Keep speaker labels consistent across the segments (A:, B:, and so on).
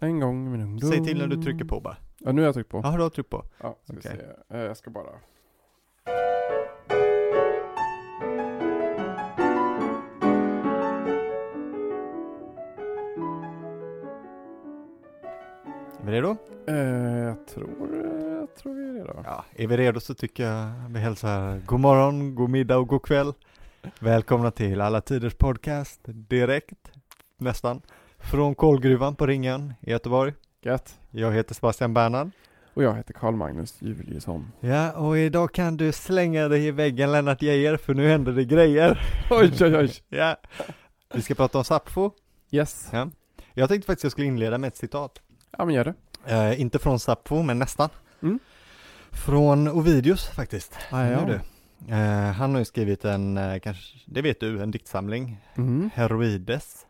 A: En gång i min ungdom.
B: Säg till när du trycker på bara.
A: Ja, nu har jag tryckt på.
B: Ja, du har tryckt på.
A: Ja, ska vi
B: Okej.
A: se. Eh, Jag ska bara...
B: Är vi redo?
A: Eh, jag tror... eh, Jag tror vi är redo.
B: Ja, är vi redo så tycker jag vi hälsar god morgon, god middag och god kväll. Välkomna till Alla Tiders Podcast, direkt, nästan, från kolgruvan på Ringen i Göteborg.
A: Gött.
B: Jag heter Sebastian Bernhard.
A: Och jag heter Karl Magnus Juliusson.
B: Ja, och idag kan du slänga dig i väggen Lennart Geijer, för nu händer det grejer.
A: Oj, oj, oj.
B: Ja. Vi ska prata om Sappho.
A: Yes.
B: Ja. Jag tänkte faktiskt jag skulle inleda med ett citat.
A: Ja, men gör det.
B: Eh, inte från Sappho, men nästan.
A: Mm.
B: Från Ovidius faktiskt.
A: Ah, ja.
B: Nu du. Eh, han har ju skrivit en, eh, kanske, det vet du, en diktsamling,
A: Mhm.
B: Heroides.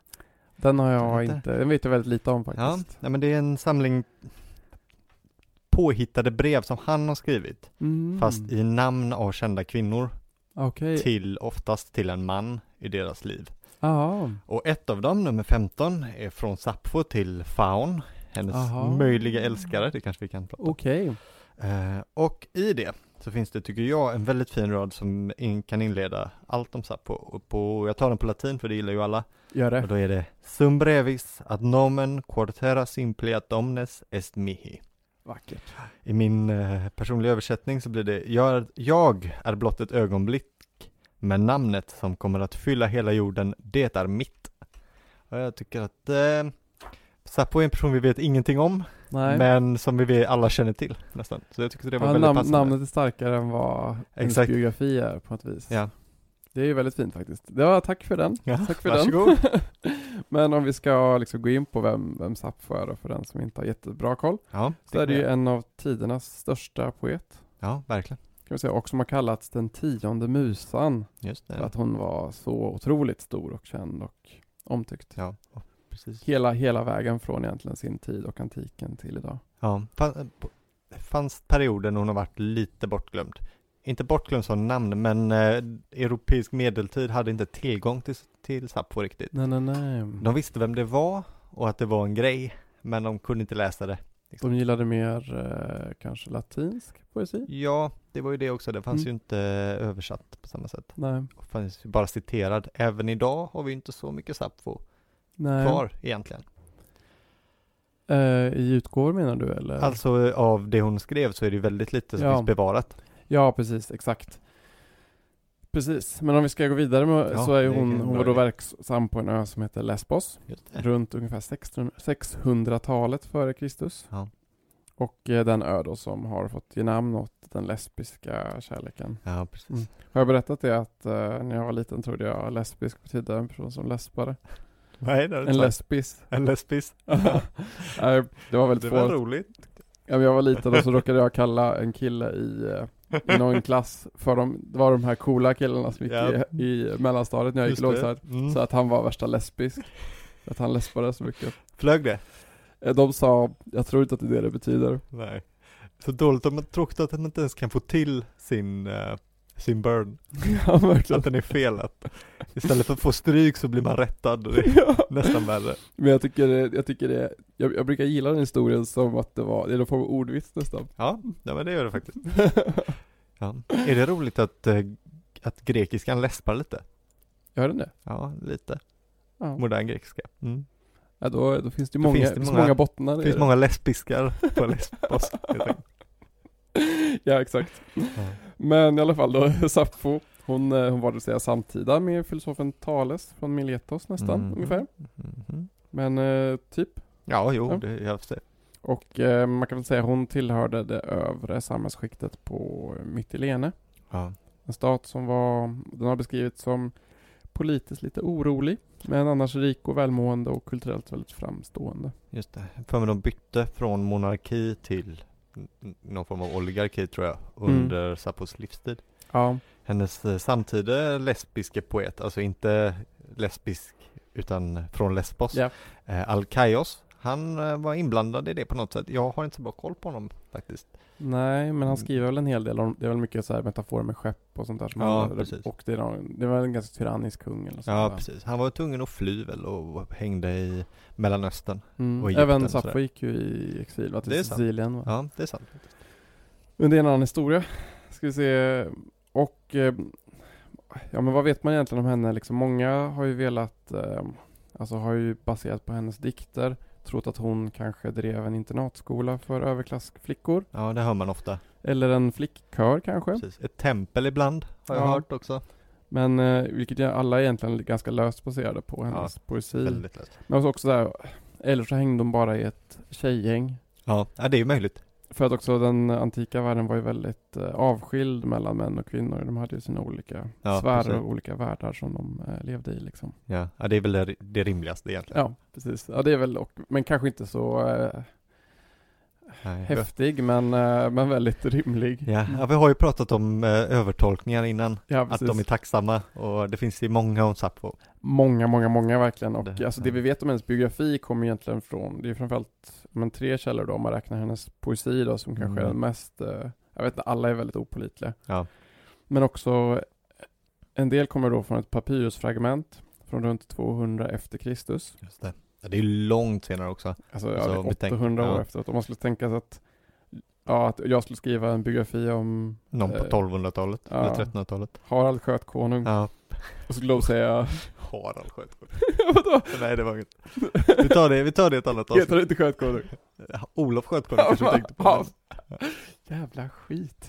A: Den har
B: Vad
A: jag
B: heter
A: inte... Den vet jag väldigt lite om
B: Ja,
A: faktiskt.
B: nej, men det är en samling påhittade brev som han har skrivit,
A: Mm. Eh.
B: fast i namn av kända kvinnor,
A: Okej.
B: till oftast till en man i deras liv.
A: Ja.
B: Och ett av dem, nummer 15, är från Sappho till Faun, hennes
A: Aha.
B: möjliga älskare, det kanske vi kan prata om.
A: Okej.
B: Eh, och i det så finns det, tycker jag, en väldigt fin rad som in, kan inleda allt om Sappho. Och på, jag tar den på latin för det gillar ju alla.
A: Gör
B: Och
A: det.
B: då är det Sum brevis ad nomen quartera simplia domnes est mihi.
A: Vackert.
B: I min eh, personliga översättning så blir det jag, jag är blott ett ögonblick med namnet som kommer att fylla hela jorden, det är mitt. Och jag tycker att eh, Sappho är en person vi vet ingenting om,
A: Nej.
B: men som vi vet alla känner till nästan. Så jag tyckte det var
A: ja,
B: väldigt
A: nam-
B: passande.
A: namnet är starkare än vad ens
B: Exakt.
A: biografi är på något vis.
B: Ja.
A: Det är ju väldigt fint faktiskt. Ja, tack för den.
B: Ja,
A: Tack för
B: varsågod.
A: den. Men om vi ska liksom gå in på vem, vem Sappho är då, för den som inte har jättebra koll.
B: Ja,
A: Så är det ju
B: kan jag.
A: en av tidernas största poet,
B: ja, verkligen.
A: kan vi säga, och som har kallats den tionde musan
B: Just det.
A: för att hon var så otroligt stor och känd och omtyckt.
B: Ja, och precis.
A: Hela, hela vägen från egentligen sin tid och antiken till idag.
B: Ja, fan- eh, på- fanns perioder när hon har varit lite bortglömd. Inte bortglömd som namn, men eh, europeisk medeltid hade inte tillgång till, till Sappho riktigt.
A: Nej, nej, nej.
B: De visste vem det var och att det var en grej, men de kunde inte läsa det.
A: De gillade mer eh, kanske latinsk poesi?
B: Ja, det var ju det också. Det fanns
A: Mm.
B: ju inte eh, översatt på samma sätt.
A: Nej.
B: Det fanns ju bara citerad. Även idag har vi inte så mycket Sappho
A: nej.
B: kvar egentligen.
A: Eh, I utgåvor menar du eller?
B: Alltså eh, av det hon skrev så är det ju väldigt lite som
A: Ja.
B: finns bevarat.
A: Ja, precis, exakt. Precis, men om vi ska gå vidare med,
B: Ja,
A: så är ju
B: det är
A: hon,
B: en
A: hon
B: bra
A: var då
B: idé.
A: verksam på en ö som heter Lesbos,
B: Just det.
A: runt ungefär 1600 600-talet före Kristus.
B: Ja.
A: Och eh, den ö då som har fått ge namn åt den lesbiska kärleken.
B: Ja, precis.
A: Mm. Har jag berättat det att eh, när jag var liten trodde jag lesbisk betydde en person som läspade?
B: Nej, det har du
A: En
B: inte
A: lesbis.
B: sagt. en lesbis.
A: Nej, det var
B: Det
A: väldigt
B: var
A: svårt.
B: roligt.
A: Ja, men jag var liten och så råkade jag kalla en kille i, eh, i någon klass för de, det var de här coola killarna som gick
B: Ja.
A: i, i mellanstadiet när jag gick i lågstadiet.
B: Mm.
A: Så att han var värsta lesbisk. Att han läspade så mycket.
B: Flög det?
A: Eh, De sa, jag tror inte att det är det det betyder.
B: Nej. Så dåligt om man tråkigt att man inte ens kan få till sin, eh, sin burn.
A: ja, verkligen.
B: Att den är fel. Att istället för att få stryk så blir man rättad. Det är
A: Ja.
B: nästan värre.
A: Men jag tycker, det- jag tycker det, jag, jag brukar gilla den historien som att det var, det är någon form av ordvits nästan.
B: Ja, ja men det gör det faktiskt. Ja. Är det roligt att, eh, att grekiskan läspar lite?
A: Gör den det?
B: Ja, lite.
A: Ja.
B: Modern grekiska. Mm.
A: Ja, då, då finns det ju
B: Då
A: många,
B: finns
A: finns
B: det
A: många,
B: många-
A: många bottnar
B: Det
A: i
B: finns
A: det.
B: många lesbiskar på Lesbos. helt enkelt.
A: Ja, exakt.
B: Ja.
A: Men i alla fall då, Sappho, hon, eh, hon var det vill säga samtida med filosofen Thales från Miletos nästan,
B: Mhm.
A: ungefär.
B: Mhm.
A: Men eh, typ.
B: Ja, jo,
A: Ja.
B: det jag förstår.
A: Och eh, man kan väl säga hon tillhörde det övre samhällsskiktet på eh, Mytilene.
B: Ja.
A: En stat som var, den har beskrivits som politiskt lite orolig, men annars rik och välmående och kulturellt väldigt framstående.
B: Just det. För mig de bytte från monarki till n- n- någon form av oligarki tror jag
A: Mm.
B: under Sapphos livstid.
A: Ja,
B: Hennes eh, samtida lesbiske poet, alltså inte lesbisk utan från Lesbos,
A: Ja.
B: eh, Alkaios, Han eh, var inblandad i det på något sätt. Jag har inte så bra koll på honom faktiskt.
A: Nej, men han skriver väl en hel del om, det är väl mycket så här metaforer med skepp och sånt där som
B: Ja,
A: han,
B: precis.
A: Och det, är någon, det var en ganska tyrannisk kung eller så.
B: Ja,
A: va?
B: precis. Han var tvungen att fly väl och hängde i Mellanöstern.
A: Mm.
B: Och Egypten
A: Även
B: och sådär.
A: Sappho gick ju i exil va, till
B: Det är sant.
A: Sicilien. Va?
B: Ja, det är sant.
A: Men det är en annan historia. Ska vi se. Och eh, ja, men vad vet man egentligen om henne? Liksom, många har ju velat, eh, alltså har ju baserat på hennes dikter trott att hon kanske drev en internatskola för överklassflickor.
B: Ja, det hör man ofta.
A: Eller en flickkör kanske.
B: Precis. Ett tempel ibland har jag
A: Ja.
B: hört också.
A: Men eh, vilket ju alla egentligen är ganska löst baserade på hennes poesi.
B: Väldigt lätt.
A: Men också där, eller så hängde hon bara i ett tjejgäng.
B: Ja, ja, det är ju möjligt.
A: För att också den antika världen var ju väldigt eh, avskild mellan män och kvinnor. De hade ju sina olika
B: Ja,
A: sfärer
B: precis.
A: och olika världar som de eh, levde i liksom.
B: Ja, ja det är väl det, det rimligaste egentligen.
A: Ja, precis. Ja, det är väl, och, men kanske inte så eh,
B: Nej, jag-
A: häftig, men, eh, men väldigt rimlig.
B: Ja, ja, vi har ju pratat om eh, övertolkningar innan,
A: Ja,
B: att
A: precis.
B: de är tacksamma och det finns ju många om Sappho.
A: Många, många, många verkligen. Och
B: Det-
A: det, alltså, det
B: ja.
A: vi vet om hennes biografi kommer egentligen från, det är framförallt men, tre källor då, om man räknar hennes poesi då, som kanske är
B: Mm.
A: den mest, eh, jag vet inte, alla är väldigt opolitliga.
B: Ja.
A: Men också, eh, en del kommer då från ett papyrusfragment från runt 200 efter Kristus.
B: Just det. Ja, det är ju långt senare också.
A: Alltså ja,
B: Så
A: det är
B: om vi tänker-
A: 800 år
B: ja.
A: efteråt. Om man skulle tänka sig att, ja, att jag skulle skriva en biografi om
B: Någon på
A: Eh,
B: 1200-talet
A: ja.
B: eller 1300-talet.
A: Harald Skötkonung
B: Ja.
A: och skulle då säga,
B: Mm. Harald Skötkonung.
A: vadå?
B: Nej, det var inget. Vi tar det, vi tar det ett annat
A: Heter
B: avsnitt.
A: det inte Skötkonung?
B: Olof Skötkonung kanske du tänkte på.
A: Jävla skit.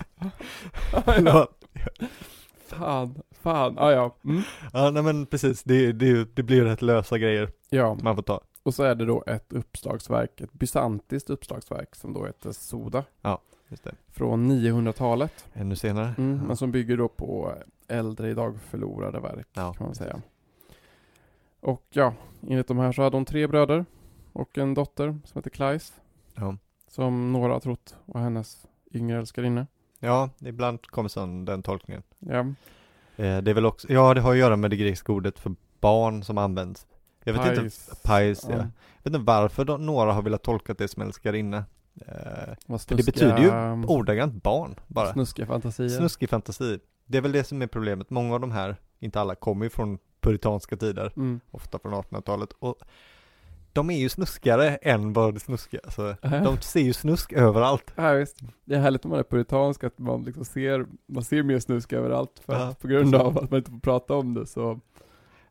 B: Men, ja.
A: Fan, fan, ah, ja. Mm.
B: ja, nej men precis. Det, det, det blir ju rätt lösa grejer
A: ja.
B: man får ta.
A: Och så är det då ett uppslagsverk, ett bysantiskt uppslagsverk som då heter Soda
B: Just det.
A: från 900-talet.
B: Ännu senare.
A: Mm.
B: ja.
A: Men som bygger då på äldre idag förlorade verk
B: Ja,
A: kan man
B: precis.
A: säga. Och ja, enligt de här så hade hon tre bröder och en dotter som heter Kleis.
B: Ja.
A: Som några har trott var hennes yngre älskarinna.
B: ja, ibland kommer sån, den tolkningen.
A: Ja.
B: Eh, Det är väl också, ja det har att göra med det grekiska ordet för barn som används. Jag vet inte,
A: Pais.
B: pais, ja.
A: Ja,
B: Jag vet inte varför de, några har velat tolka det som älskarinna. Eh,
A: vad
B: det
A: snuskiga-
B: betyder ju ordagrant barn bara.
A: Snuskiga fantasier.
B: Snuskig fantasi. Det är väl det som är problemet. Många av de här, inte alla, kommer ju från puritanska tider,
A: Mm.
B: ofta från 1800-talet. Och de är ju snuskigare än vad det snuskiga.
A: Äh.
B: Alltså, de ser ju snusk överallt.
A: Ja, visst. Det är härligt om man är puritansk att man liksom ser, man ser mer snusk överallt för
B: Ja.
A: att på grund av att man inte får prata om det så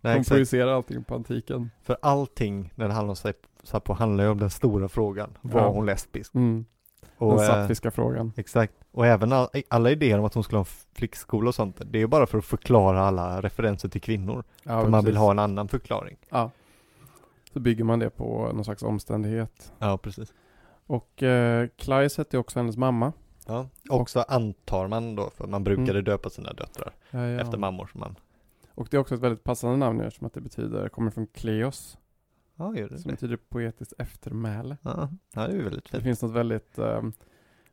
B: Nej,
A: de
B: exakt.
A: projicerar allting på antiken.
B: För allting när det handlar om Sap- Sappho handlar ju om den stora frågan. Var
A: Ja.
B: hon lesbisk?
A: Mm. Den
B: Och, eh,
A: sapfiska frågan.
B: Exakt, och även all, alla idéer om att hon skulle ha en flickskola och sånt, det är ju bara för att förklara alla referenser till kvinnor.
A: Ja,
B: för man
A: precis.
B: vill ha en annan förklaring.
A: Ja. Så bygger man det på någon slags omständighet.
B: Ja, precis.
A: Och eh, Kleis hette ju också hennes mamma.
B: Ja, också antar man då, för man brukade döpa sina döttrar
A: Mm. Ja, ja.
B: efter mammor som man.
A: Och det är också ett väldigt passande namn eftersom att det betyder, kommer från kleos,
B: Ja, gör det
A: som
B: det?
A: betyder poetiskt eftermäle.
B: Ja, ja, det är ju väldigt
A: Det
B: fint.
A: finns något väldigt, eh,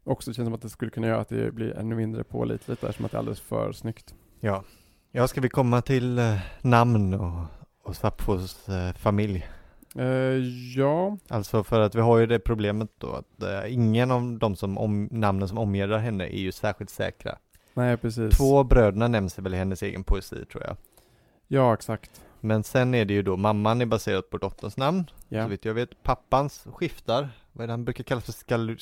A: också känns som att det skulle kunna göra att det blir ännu mindre pålitligt eftersom att det är alldeles för snyggt.
B: Ja, ja ska vi komma till eh, namn och, och Sapphos eh, familj?
A: Eh, ja,
B: Alltså för att vi har ju det problemet då att eh, ingen av de som om, namnen som omgärdar henne är ju särskilt säkra.
A: nej precis.
B: Två bröderna nämns väl i hennes egen poesi tror jag.
A: Ja, exakt.
B: Men sen är det ju då mamman är baserad på dotterns namn,
A: Ja.
B: så vitt jag vet. Pappans skiftar, vad är det han brukar kallas för skal-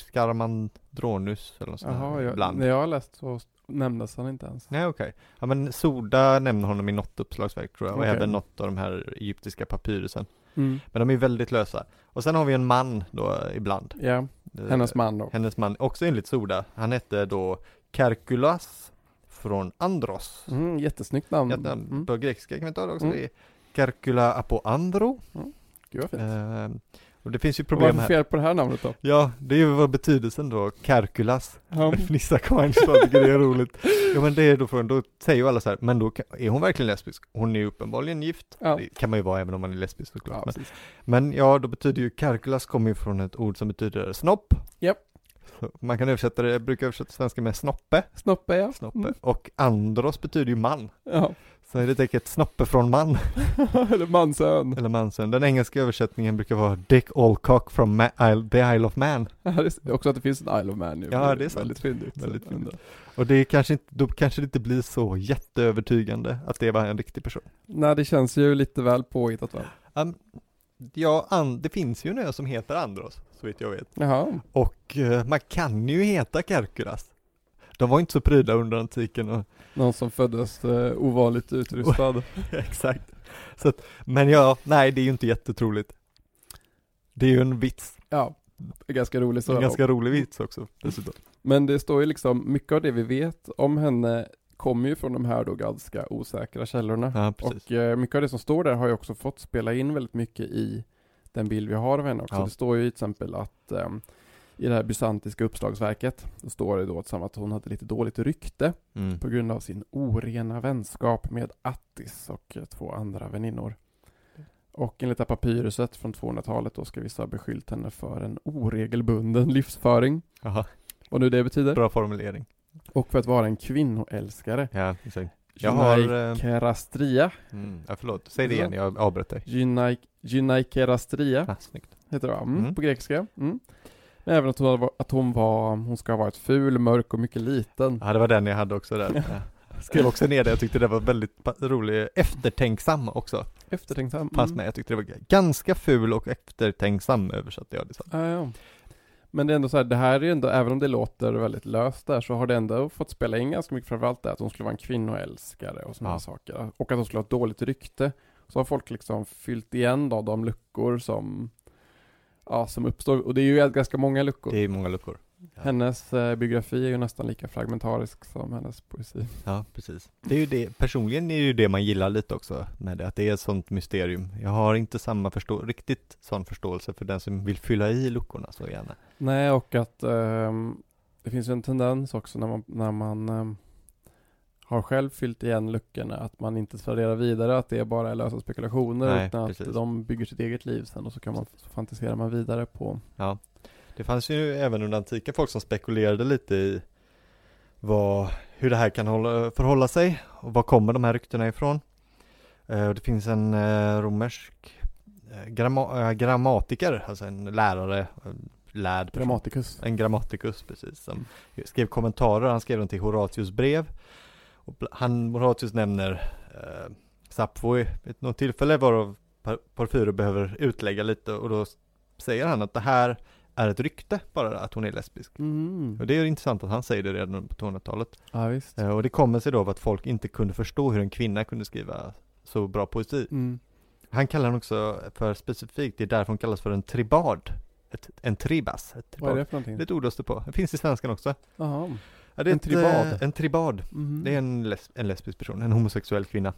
B: skarmandronus eller något sånt
A: Jaha,
B: där
A: jag,
B: ibland.
A: när jag har läst så nämndes han inte ens.
B: Nej okej. Ja men Soda nämner honom i något uppslagsverk tror jag,
A: Okej.
B: och även något av de här egyptiska papyrusen.
A: Mm.
B: Men de är väldigt lösa. Och sen har vi en man då eh, ibland.
A: Ja,
B: Eh,
A: hennes man då.
B: Hennes man, också enligt Soda. Han hette då Kerkulas från Andros.
A: Mm, jättesnyggt namn.
B: Jätte-
A: Mm.
B: På grekiska kan vi ta det också.
A: Mm.
B: Det är Kerkula apo andro.
A: Gud vad fint.
B: Ehm, och det finns ju
A: Och
B: problem
A: Varför
B: här.
A: fel på det här namnet då?
B: Ja, det är ju vad betydelsen då, Kerkulas.
A: Ja.
B: Fnissa Karin så jag tycker det är roligt. Ja men det är då frågan, då säger ju alla så här, men då kan, är hon verkligen lesbisk? Hon är ju uppenbarligen gift.
A: Ja.
B: Det kan man ju vara även om man är lesbisk
A: Ja,
B: såklart. men,
A: precis.
B: men ja, då betyder ju Kerkulas kommer ju från ett ord som betyder snopp.
A: Japp.
B: Så man kan översätta det, jag brukar översätta svenska med snoppe,
A: Snoppe ja.
B: snoppe.
A: Mm.
B: Och andros betyder ju man.
A: ja.
B: Sen är det säkert Snoppe från man,
A: Eller mansön.
B: eller Manson. Den engelska översättningen brukar vara Dick Alcock from Ma- Isle, the Isle of Man.
A: Ja, det är- Också att det finns en Isle of Man nu.
B: Ja, det är sant.
A: Väldigt fyndigt.
B: Väldigt fyndigt.
A: Ändå.
B: Och det är kanske inte, då kanske det inte blir så jätteövertygande att det var en riktig person.
A: Nej, det känns ju lite väl påhittat va?
B: Um, ja, an, det finns ju en ö som heter Andros, så vitt jag vet.
A: Jaha.
B: Och eh, man kan ju heta Kerkuras. De var inte så pryda under antiken och
A: Någon som föddes eh, ovanligt utrustad.
B: Exakt. Så att, men ja, nej det är ju inte jättetroligt. Det är ju en vits,
A: Ja, ganska rolig
B: en
A: sådan.
B: ganska rolig vits också dessutom.
A: Men det står ju liksom, mycket av det vi vet om henne kommer ju från de här då ganska osäkra källorna.
B: Ja, precis.
A: Och eh, mycket av det som står där har ju också fått spela in väldigt mycket i den bild vi har av henne också.
B: Ja.
A: Det står ju till exempel att ehm, i det här bysantiska uppslagsverket, då står det då att samma att hon hade lite dåligt rykte
B: Mm.
A: på grund av sin orena vänskap med Attis och eh, två andra väninnor. Och enligt det här papyruset från 200-talet då ska vissa ha beskyllt henne för en oregelbunden livsföring.
B: Jaha,
A: Vad nu det betyder.
B: bra formulering.
A: Och för att vara en kvinnoälskare.
B: Ja, exakt. Jag har, eh,
A: Gynaekerastria.
B: Mm. Ja, förlåt, säg det igen, jag avbröt dig.
A: Gynae- Gynaekerastria
B: Ah, snyggt.
A: heter det va? mm,
B: Mm.
A: På grekiska. Mm. Men även att hon, var, att hon var, hon ska ha varit ful, mörk och mycket liten.
B: Ja, det var den jag hade också där. Ja. Skrev också ner det, jag tyckte det var väldigt pa- rolig, eftertänksam också.
A: Eftertänksam.
B: Fanns
A: Mm.
B: med, jag tyckte det var g- ganska ful och eftertänksam översatte jag det så.
A: Ja, ja. Men det är ändå så här, det här är ju ändå, även om det låter väldigt löst där, så har det ändå fått spela in ganska mycket, framförallt det att hon skulle vara en kvinnoälskare och sådana
B: Ja.
A: saker. Och att hon skulle ha ett dåligt rykte. Så har folk liksom fyllt igen då de luckor som, ja, som uppstår. Och det är ju ganska många luckor.
B: Det är många luckor.
A: Hennes eh, biografi är ju nästan lika fragmentarisk som hennes poesi.
B: Ja, precis. Det är ju det, personligen är det ju det man gillar lite också med det, att det är ett sånt mysterium. Jag har inte samma förstå- riktigt sån förståelse för den som vill fylla i luckorna så gärna.
A: Nej, och att ehm, det finns ju en tendens också när man, när man ehm, har själv fyllt igen luckorna, att man inte traderar vidare, att det bara är lösa spekulationer,
B: Nej,
A: utan
B: precis.
A: att de bygger sitt eget liv sen och så kan man så fantisera man vidare på.
B: Det fanns ju även under antiken folk som spekulerade lite i vad, hur det här kan hålla, förhålla sig och var kommer de här ryktena ifrån. Eh, och det finns en eh, romersk eh, gramma, eh, grammatiker, alltså en lärare, en lärd person.
A: Grammatikus.
B: En grammatikus precis, som skrev kommentarer, han skrev dem till Horatius brev. Och bl- han, Horatius nämner eh, Sappho i vid något tillfälle varav Par- Porfyro behöver utlägga lite och då s- säger han att det här är ett rykte bara att hon är lesbisk.
A: Mm.
B: Och det är ju intressant att han säger det redan på 200-talet.
A: Ja, visst.
B: Eh, och det kommer sig då av att folk inte kunde förstå hur en kvinna kunde skriva så bra poesi.
A: Mm.
B: Han kallar den också för specifikt, det är därför hon kallas för en tribad. Ett, en tribas. Ett
A: Vad är
B: tribad.
A: det för någonting?
B: Det är ett ord jag står på. Det finns i svenskan också.
A: Jaha.
B: Ja, det är
A: En
B: ett,
A: tribad.
B: eh, En tribad.
A: Mhm.
B: Det är en, les- en lesbisk person, en homosexuell kvinna.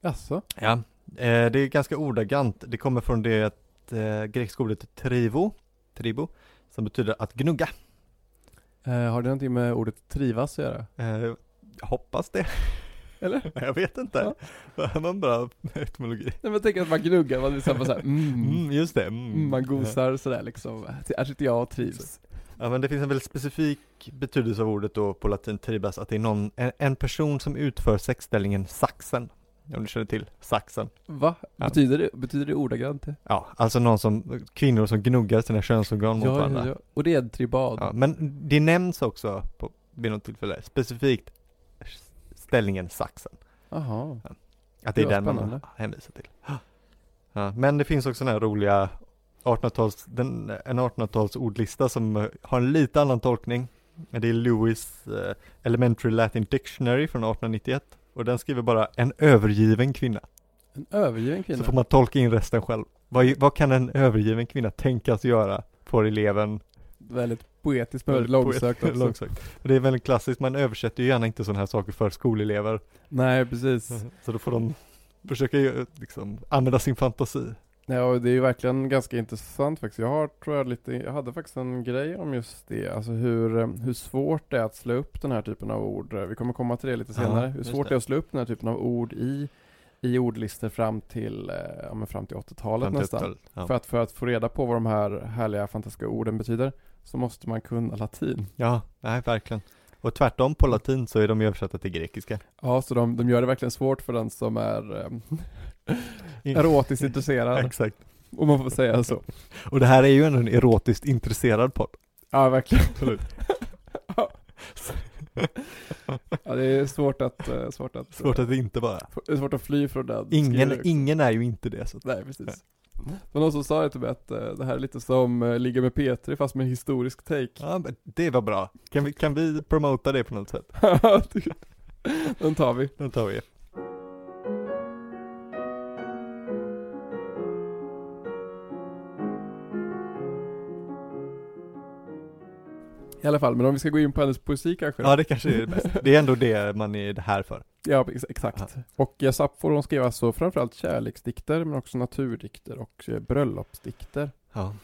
A: Jaså?
B: Ja. Eh, det är ganska ordagrant. Det kommer från det eh, grekiska ordet trivo, tribo, som betyder att gnugga.
A: Eh, har det någonting med ordet trivas att göra?
B: Eh, jag hoppas det.
A: Eller?
B: Jag vet inte. Det var en bra etymologi.
A: Nej men tänk att man gnuggar, man liksom bara såhär, mm.
B: Mm, just det. Mm.
A: Mm, man gosar sådär liksom. Här sitter jag och trivs.
B: Ja, men det finns en väldigt specifik betydelse av ordet då på latin tribas, att det är någon, en, en person som utför sexställningen saxen. Om du känner till saxen.
A: Va?
B: Ja.
A: Betyder, det, betyder det ordagrant det?
B: Ja, alltså någon som, kvinnor som gnuggar sina könsorgan mot varandra. Ja,
A: Och det är en tribad.
B: men det nämns också på, vid något tillfälle, specifikt s- ställningen saxen.
A: Jaha.
B: Att det
A: Det
B: är
A: var
B: den man
A: spännande.
B: hänvisar till. Ja, men det finns också den här roliga 1800-tals, den, en 1800-tals ordlista som eh, har en lite annan tolkning. Det är Lewis eh, Elementary Latin Dictionary från 1891 och den skriver bara en övergiven kvinna.
A: En övergiven kvinna.
B: Så får man tolka in resten själv. Vad, vad kan en övergiven kvinna tänkas göra? Får eleven
A: Väldigt poetiskt, men väldigt långsökt också.
B: långsökt. Och Det är väldigt klassiskt, man översätter ju gärna inte sådana här saker för skolelever.
A: Nej, precis.
B: Så då får de försöka ju, liksom, använda sin fantasi.
A: Nej, och det är ju verkligen ganska intressant faktiskt. Jag har, tror jag, lite, jag hade faktiskt en grej om just det. Alltså hur, eh, hur svårt det är att slå upp den här typen av ord. Vi kommer komma till det lite
B: Ja,
A: senare. hur
B: just
A: svårt
B: det.
A: det är att slå upp den här typen av ord i, i ordlistor fram till, eh, ja, men fram till 80-talet nästan.
B: Ja.
A: För, att, för att få reda på vad de här härliga, fantastiska orden betyder så måste man kunna latin.
B: ja, nej verkligen. Och tvärtom på latin så är de översatta till grekiska.
A: Ja, så de, de gör det verkligen svårt för den som är eh, erotiskt intresserad,
B: Exakt.
A: om man får säga så.
B: Och det här är ju ändå en erotiskt intresserad podd.
A: Ja, verkligen.
B: Absolut.
A: Ja, det är svårt att, eh, svårt att,
B: Svårt att inte vara.
A: det är svårt att fly från den.
B: Ingen,
A: skriver-
B: ingen Mm. är ju inte det. Så att,
A: Nej, precis. Det var någon som sa det till mig att eh, det här är lite som eh, Ligga med Petri fast med en historisk take.
B: ja, men det var bra. Kan vi, kan vi promota det på något sätt?
A: typ. Den tar vi.
B: Den tar vi.
A: I alla fall, men om vi ska gå in på hennes poesi kanske? då?
B: Ja, det kanske är det bästa. Det är ändå det man är här för.
A: Ja, ex- exakt. Och eh, Sappho hon skrev alltså framförallt kärleksdikter men också naturdikter och eh, bröllopsdikter.
B: Ja.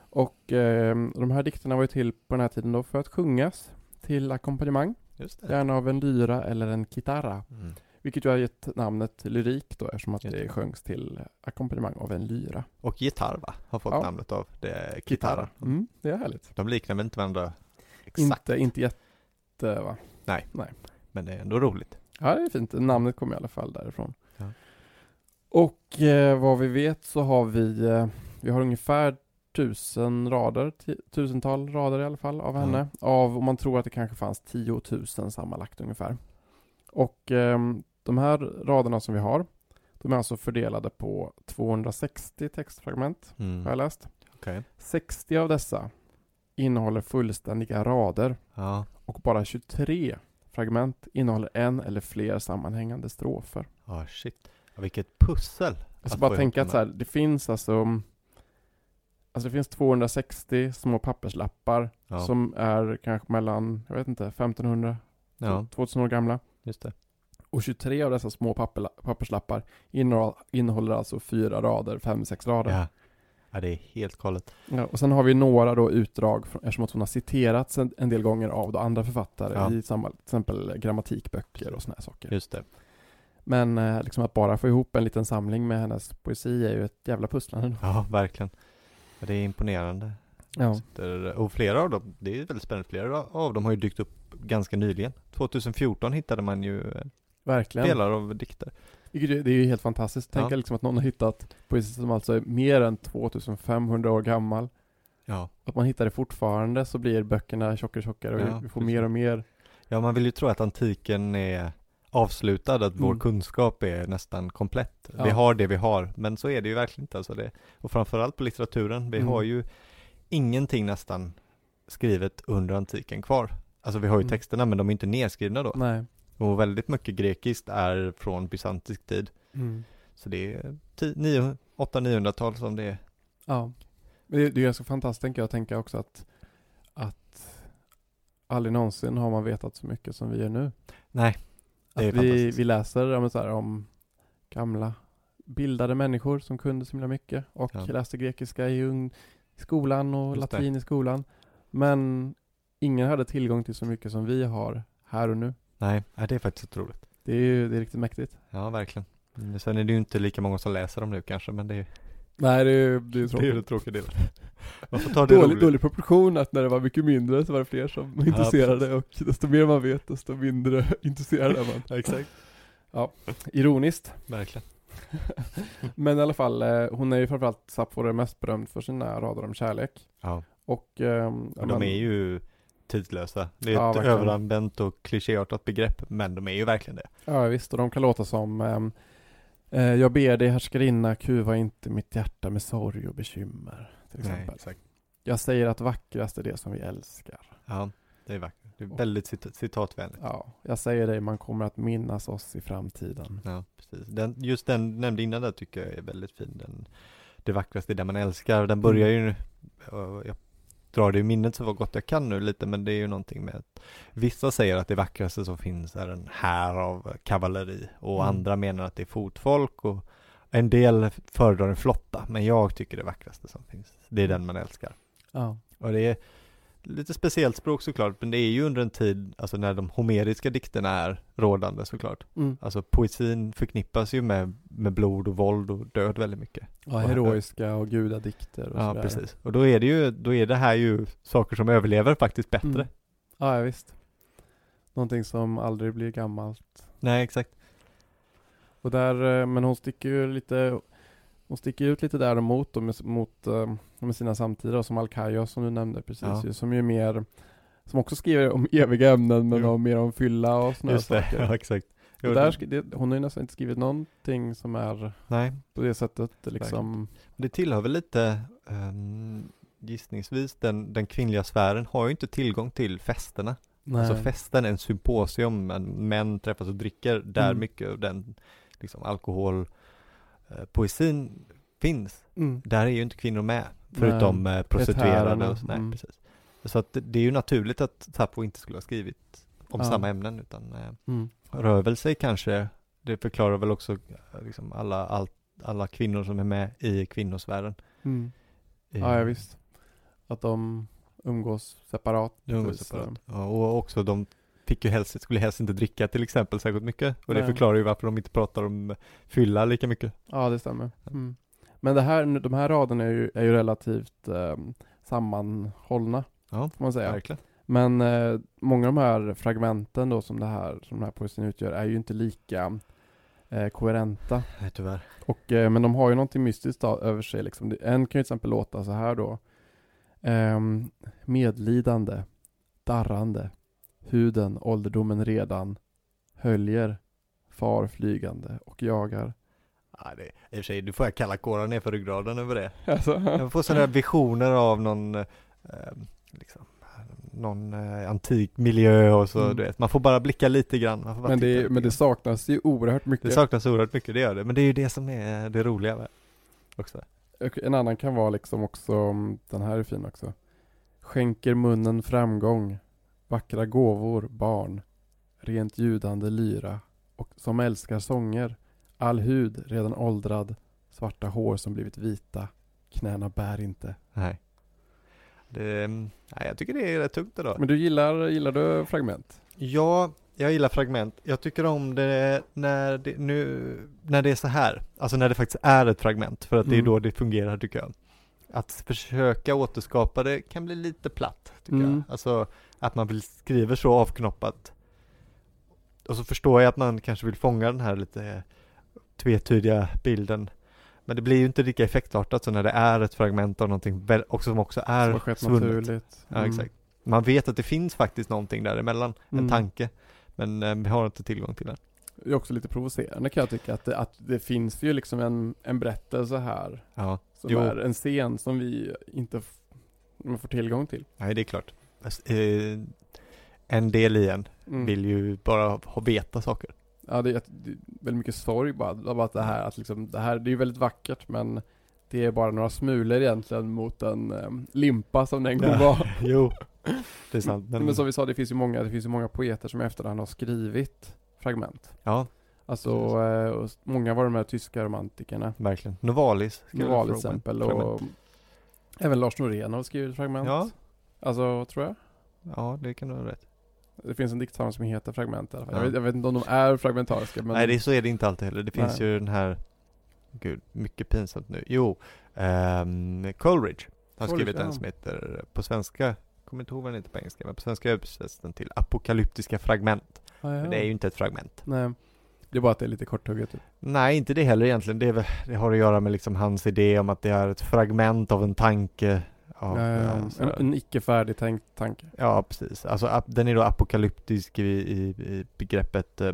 A: Och eh, de här dikterna var ju till på den här tiden då för att sjungas till ackompanjemang,
B: Just det.
A: gärna av en lyra eller en kitarra.
B: Mm.
A: Vilket ju har gett namnet lyrik då eftersom att
B: Just
A: det
B: det.
A: sjöngs till ackompanjemang av en lyra.
B: Och gitarr va? Har fått
A: Ja.
B: namnet av det, gitarren.
A: Mm, det är härligt.
B: De liknar väl inte varandra exakt,
A: Inte, inte jätte va?
B: men det är ändå roligt.
A: Ja, det är fint. Namnet kommer i alla fall därifrån.
B: Ja.
A: Och eh, vad vi vet så har vi, eh, vi har ungefär tusen rader, ti- tusental rader i alla fall av
B: Ja.
A: henne. Av, och man tror att det kanske fanns 10 000 sammanlagt ungefär. Och ehm, de här raderna som vi har, de är alltså fördelade på 260 textfragment, har jag
B: Mm.
A: läst.
B: Okej.
A: 60 av dessa innehåller fullständiga rader
B: Ja.
A: och bara 23 fragment innehåller en eller fler sammanhängande strofer.
B: Ja, shit. Ja, vilket pussel.
A: Jag ska
B: Att
A: bara
B: få
A: tänka
B: ihop
A: att så här, det finns alltså Alltså det finns 260 små papperslappar
B: Ja,
A: som är kanske mellan, jag vet inte, 1500,
B: ja
A: 2000 år gamla.
B: just det.
A: Och 23 av dessa små papperla- papperslappar innehåll- innehåller alltså fyra rader, fem, sex rader.
B: Ja. ja, det är helt galet.
A: Ja, och sen har vi några då utdrag, från, eftersom att hon har citerats en, en del gånger av då andra författare
B: Ja.
A: i samma, till exempel grammatikböcker och sådana här saker.
B: Just det.
A: Men eh, liksom att bara få ihop en liten samling med hennes poesi är ju ett jävla pusslande.
B: Ja, verkligen. Ja, det är imponerande.
A: Ja.
B: Sitter- Och flera av dem, det är väldigt spännande, flera av dem har ju dykt upp ganska nyligen. 2014 hittade man ju eh,
A: Verkligen.
B: delar av dikter.
A: Vilket ju- Det är ju helt fantastiskt. Tänk
B: Ja.
A: liksom att någon har hittat poesi som alltså är mer än 2500 år gammal.
B: Ja.
A: Att man hittar det fortfarande så blir böckerna tjockare och tjockare och
B: Ja,
A: vi får
B: precis.
A: mer och mer.
B: ja, man vill ju tro att antiken är avslutad, att vår
A: Mm.
B: kunskap är nästan komplett.
A: Ja.
B: Vi har det vi har, men så är det ju verkligen inte. Alltså det, och framförallt på litteraturen, vi
A: Mm.
B: har ju ingenting nästan skrivet under antiken kvar. Alltså vi har ju
A: Mm.
B: texterna, men de är inte nedskrivna då.
A: Nej.
B: Och väldigt mycket grekiskt är från bysantisk tid. Så det är 800-900-tal som det är.
A: Ja. Men det, det är ganska fantastiskt tänker jag, tänka också att, att aldrig någonsin har man vetat så mycket som vi gör nu.
B: Nej,
A: Att
B: det är
A: vi,
B: fantastiskt.
A: vi läser ja, men så här, om gamla bildade människor som kunde så himla mycket och
B: Ja.
A: läste grekiska i, ung, i skolan och
B: Just det.
A: latin i skolan. Men ingen hade tillgång till så mycket som vi har här och nu.
B: Nej, ja, det är faktiskt otroligt.
A: Det är ju det är riktigt mäktigt.
B: Ja, verkligen. Mm, Sen är det ju inte lika många som läser dem nu kanske, men det är,
A: Nej, det är ju det är ju
B: det, är
A: tråkigt.
B: det tråkiga delen. Man får ta det
A: Dålig,
B: roligt.
A: dålig proportion att när det var mycket mindre så var det fler som var
B: Ja,
A: intresserade och desto mer man vet desto mindre intresserad är man.
B: Ja, exakt.
A: Ironiskt.
B: Verkligen.
A: Men i alla fall, eh, hon är ju framförallt Sappho är mest berömd för sina rader om kärlek.
B: Ja,
A: Och, ehm, ja,
B: men de
A: men-
B: är ju tidlösa. Det är
A: Ja,
B: ett
A: verkligen.
B: överanvänt och klichéartat begrepp, men de är ju verkligen det.
A: Ja visst, och de kan låta som ehm, eh, Jag ber dig härskarinna, kuva inte mitt hjärta med sorg och bekymmer. Till exempel.
B: exakt.
A: Jag säger att vackrast är det som vi älskar.
B: Ja, det är verkligen. Det är väldigt cit- citatvänligt.
A: Ja, jag säger dig, man kommer att minnas oss i framtiden.
B: Ja, precis. Den, just den nämnde innan där tycker jag är väldigt fin. Den, det vackraste är det man älskar. Den börjar ju, eh, jag drar det i minnet så gott jag kan nu lite, men det är ju någonting med att vissa säger att det vackraste som finns är en här av kavalleri och
A: Mm.
B: andra menar att det är fotfolk och en del föredrar en flotta, men jag tycker det vackraste som finns, det är den man älskar.
A: Ja,
B: Och det är lite speciellt språk såklart, men det är ju under en tid, alltså när de homeriska dikterna är rådande såklart.
A: mm.
B: Alltså poesin förknippas ju med, med blod och våld och död väldigt mycket.
A: ja heroiska och gudadikter och
B: Ja,
A: sådär.
B: precis. Och då är det ju, då är det här ju saker som överlever faktiskt bättre.
A: Mm. Ja, ja, visst. Någonting som aldrig blir gammalt.
B: Nej, exakt.
A: Och där, eh, men hon sticker ju lite Hon sticker ut lite däremot och med, mot, eh, med sina samtida som Alcayo som du nämnde precis
B: Ja.
A: ju, som ju mer Som också skriver om eviga ämnen men
B: Jo.
A: om mer om fylla och sådana
B: Just det,
A: saker.
B: ja exakt. Jo,
A: Och där,
B: det-
A: sk- det, hon har ju nästan inte skrivit någonting som är
B: Nej,
A: på det sättet liksom
B: det tillhör väl lite ehm, gissningsvis den, den kvinnliga sfären har ju inte tillgång till festerna.
A: Nej.
B: Alltså festen är en symposium, men män träffas och dricker där
A: Mm.
B: mycket av den liksom, alkohol, eh, poesin finns.
A: mm.
B: Där är ju inte kvinnor med,
A: Nej.
B: förutom eh, prostituerade
A: Etärerna,
B: och sådär.
A: mm.
B: Precis. Så att det, det är ju naturligt att Tappo inte skulle ha skrivit om
A: Ja.
B: samma ämnen, utan eh,
A: Mm.
B: rörelse kanske, det förklarar väl också eh, liksom alla, all, alla kvinnor som är med i kvinnosfären.
A: Mm.
B: Eh,
A: Ja, ja visst Att de umgås separat typ,
B: de umgås
A: precis,
B: separat. Eh, Ja, och också de fick ju helst, skulle helst inte dricka till exempel särskilt mycket och det
A: Nej.
B: förklarar ju varför de inte pratar om fylla lika mycket.
A: Ja, det stämmer. Mm. Men det här, de här raderna är ju, är ju relativt eh, sammanhållna,
B: Ja,
A: får man säga.
B: Verkligen.
A: Men eh, många av de här fragmenten då som, det här, som den här poesin utgör är ju inte lika eh, koherenta.
B: Nej, tyvärr.
A: Och, eh, men de har ju någonting mystiskt då, över sig. Liksom. Det- En kan ju till exempel låta så här då. Ehm, medlidande, darrande, huden, ålderdomen redan, höljer, far flygande och jagar.
B: Ja, det, I och för sig, du får jag kalla kårar ner för ryggraden över det.
A: Alltså.
B: Jag får sådana visioner av någon, eh, liksom, någon eh, antik miljö och så,
A: Mm.
B: du vet. Man får bara blicka lite grann. Man får bara
A: Men
B: titta
A: det,
B: lite
A: men det
B: grann.
A: saknas ju oerhört mycket.
B: Det saknas oerhört mycket, det gör det. Men det är ju det som är det roliga med också.
A: Och en annan kan vara liksom också, den här är fin också. Skänker munnen framgång, vackra gåvor, barn, rent ljudande lyra och som älskar sånger, all hud redan åldrad, svarta hår som blivit vita, knäna bär inte.
B: Nej. Det, mm, nej, jag tycker det är rätt tungt idag.
A: Men du gillar, gillar du fragment?
B: Ja, jag gillar fragment. Jag tycker om det när det, nu, när det är så här. Alltså när det faktiskt är ett fragment, för att det är
A: Mm.
B: då det fungerar tycker jag. Att försöka återskapa det kan bli lite platt, tycker
A: Mm.
B: jag. Alltså att man vill skriver så avknoppat. Och så förstår jag att man kanske vill fånga den här lite tvetydiga bilden. Men det blir ju inte lika effektartat som när det är ett fragment av någonting, väl- och som också är
A: Som har skett
B: svunnet.
A: naturligt.
B: Ja, exakt. Man vet att det finns faktiskt någonting däremellan, en
A: Mm.
B: tanke, men eh, vi har inte tillgång till den.
A: Det är också lite provocerande kan jag tycka, att det, att det finns ju liksom en, en berättelse här
B: Ja,
A: Som
B: Jo.
A: är en scen som vi inte f- man får tillgång till.
B: nej det är klart. Fast, eh, En del i en
A: Mm.
B: vill ju bara ha veta saker.
A: Ja, det är, ett- det är väldigt mycket sorg bara. Det var bara att det här, att liksom, det här, det är ju väldigt vackert men det är bara några smulor egentligen mot en em, limpa som den en gång
B: Ja,
A: var.
B: Jo, det är sant. Men,
A: Men som vi sa, det finns ju många, det finns ju många poeter som i efterhand har skrivit fragment.
B: Ja,
A: Alltså,
B: Precis.
A: eh, och s- många var de här tyska romantikerna.
B: verkligen. Novalis. skrev
A: Noval till
B: Froben.
A: exempel
B: Froben.
A: och även Lars Norén har skrivit fragment.
B: Ja.
A: Alltså, tror jag.
B: Ja, det kan du ha rätt.
A: Det finns en diktsamling som heter Fragment i alla fall.
B: Ja.
A: Jag, vet, jag vet inte om de är fragmentariska men
B: Nej, det, är- så är det inte alltid heller. Det finns
A: Nej.
B: ju den här, gud, mycket pinsamt nu. Jo, ehm, Coleridge har
A: Coleridge,
B: skrivit
A: ja.
B: en som heter, på svenska, kommer inte ihåg vad den heter på engelska, men på svenska översätts den till apokalyptiska fragment.
A: Ja, ja.
B: Men det är ju inte ett fragment.
A: Nej. Det är bara att det är lite korthugget. Typ.
B: Nej, inte det heller egentligen. Det, är, väl- det har att göra med liksom hans idé om att det är ett fragment av en tanke. Av,
A: Ja, ja, ja.
B: alltså,
A: Eh, En, en icke färdigtänkt tanke.
B: ja, precis. Alltså, ap- den är då apokalyptisk i, i, i begreppet, eh,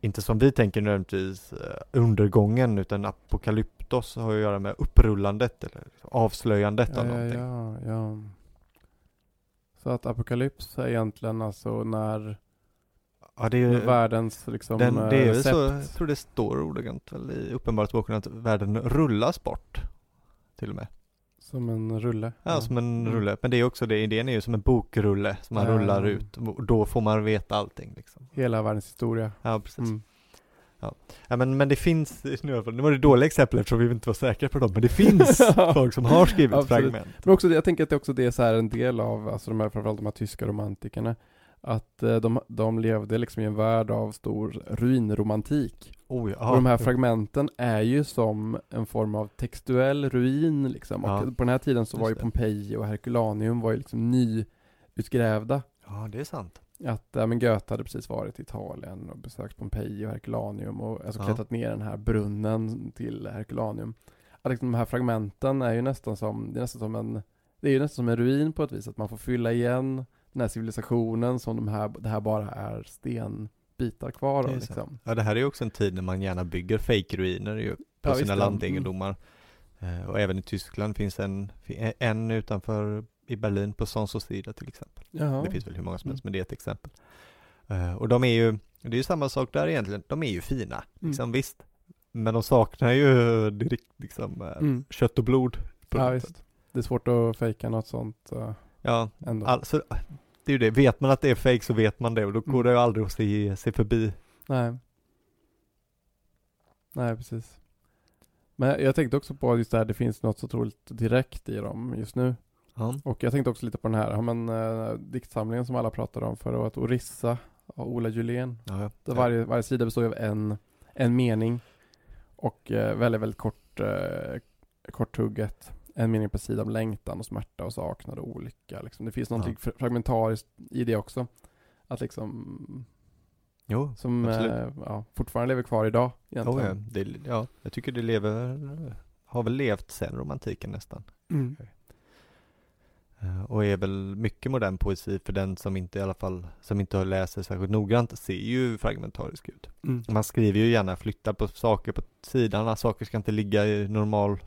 B: inte som vi tänker nödvändigtvis eh, undergången, utan apokalyptos har att göra med upprullandet eller liksom avslöjandet
A: Ja,
B: av
A: ja,
B: någonting.
A: Eh, ja, ja. Så att apokalyps är egentligen alltså när
B: Ja, det är ju,
A: världens liksom
B: den,
A: eh,
B: det är ju
A: recept.
B: så, jag tror det står ordagrant väl i Uppenbarelseboken att världen rullas bort, till och med.
A: Som en rulle.
B: Ja, som en
A: Mm.
B: rulle. Men det är också det, idén är ju som en bokrulle som man
A: Ja.
B: rullar ut och då får man veta allting liksom.
A: Hela världens historia.
B: Ja, precis.
A: Mm.
B: Ja, men, men det finns, nu var- nu var det dåliga exempel eftersom vi inte var säkra på dem, men det finns folk som har skrivit
A: Absolut.
B: fragment.
A: Men också, det- jag tänker att det också det är så här en del av, alltså de här, framförallt de här tyska romantikerna, att eh, de, de levde liksom i en värld av stor ruinromantik.
B: Oh, ja.
A: och de här
B: Ja.
A: fragmenten är ju som en form av textuell ruin liksom. Och
B: Ja.
A: på den här tiden så
B: Just
A: var ju
B: det.
A: Pompeji och Herculaneum var ju liksom nyutgrävda.
B: Ja, det är sant.
A: Att äh, men Goethe hade precis varit i Italien och besökt Pompeji och Herculaneum och alltså
B: Ja.
A: klättrat ner den här brunnen till Herculaneum. Att liksom de här fragmenten är ju nästan som, det är nästan som en, det är ju nästan som en ruin på ett vis, att man får fylla igen den här civilisationen som de här, det här bara är stenbitar kvar
B: Det
A: av
B: är sant.
A: liksom.
B: Ja, det här är ju också en tid när man gärna bygger fake-ruiner ju på
A: Ja, visst,
B: sina
A: ja. Mm.
B: landegendomar. Eh, Och även i Tyskland finns en, fi- e- en utanför i Berlin på Sonsosida till exempel.
A: Jaha.
B: Det finns väl hur många som helst,
A: Mm.
B: men det är ett exempel. Eh, Och de är ju, det är ju samma sak där egentligen, de är ju
A: Mm.
B: fina, liksom visst. Men de saknar ju direkt liksom eh,
A: Mm.
B: kött och blod. på
A: Ja,
B: något sätt.
A: visst. Det är svårt att fejka något sånt eh,
B: ja
A: ändå.
B: alltså, det är ju det, vet man att det är fake så vet man det och då går
A: Mm.
B: det ju aldrig att se, se förbi.
A: Nej. Nej, precis. Men jag tänkte också på just det här, det finns något så otroligt direkt i dem just nu.
B: Ja,
A: Och jag tänkte också lite på den här ja, men, eh, diktsamlingen som alla pratade om förra året, Orissa av Ola Julén.
B: ja,
A: Där
B: ja.
A: varje, varje sida består ju av en, en mening och eh, väldigt, väldigt kort, eh, korthugget. En mening per sida om längtan och smärta och saknad och olycka. Liksom. Det finns någonting fra- fragmentariskt i det också. Att liksom
B: Jo,
A: som
B: Absolut.
A: eh, ja, fortfarande lever kvar idag
B: Oh,
A: egentligen.
B: ja. Det, ja, jag tycker det lever, har väl levt sen romantiken nästan.
A: Mm.
B: Eh, Och är väl mycket modern poesi för den som inte i alla fall, som inte har läser särskilt noggrant, ser ju fragmentarisk ut.
A: Mm.
B: Man skriver ju gärna flytta på saker på sidorna, saker ska inte ligga i normal,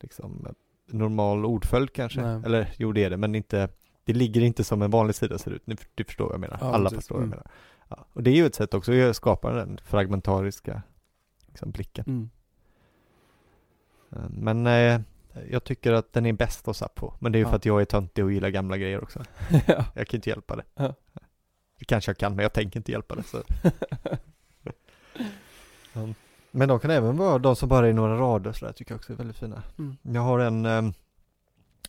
B: liksom, eh, normal ordföljd kanske.
A: Nej.
B: Eller jo det är det, men inte, det ligger inte som en vanlig sida ser ut. Ni, du förstår vad jag menar,
A: Ja,
B: alla
A: precis.
B: förstår vad jag
A: Mm.
B: menar. Ja. Och det är ju ett sätt också att skapa den fragmentariska liksom, blicken.
A: Mm.
B: Eh, Men eh, jag tycker att den är bäst att sappo. Men det är ju
A: Ja.
B: för att jag är töntig och gillar gamla grejer också.
A: ja.
B: Jag kan inte hjälpa det.
A: Ja.
B: Det kanske jag kan, men jag tänker inte hjälpa det. Så. Mm. men de kan även vara de som bara är några rader sådär, tycker jag också är väldigt fina.
A: Mm.
B: Jag har en, eh,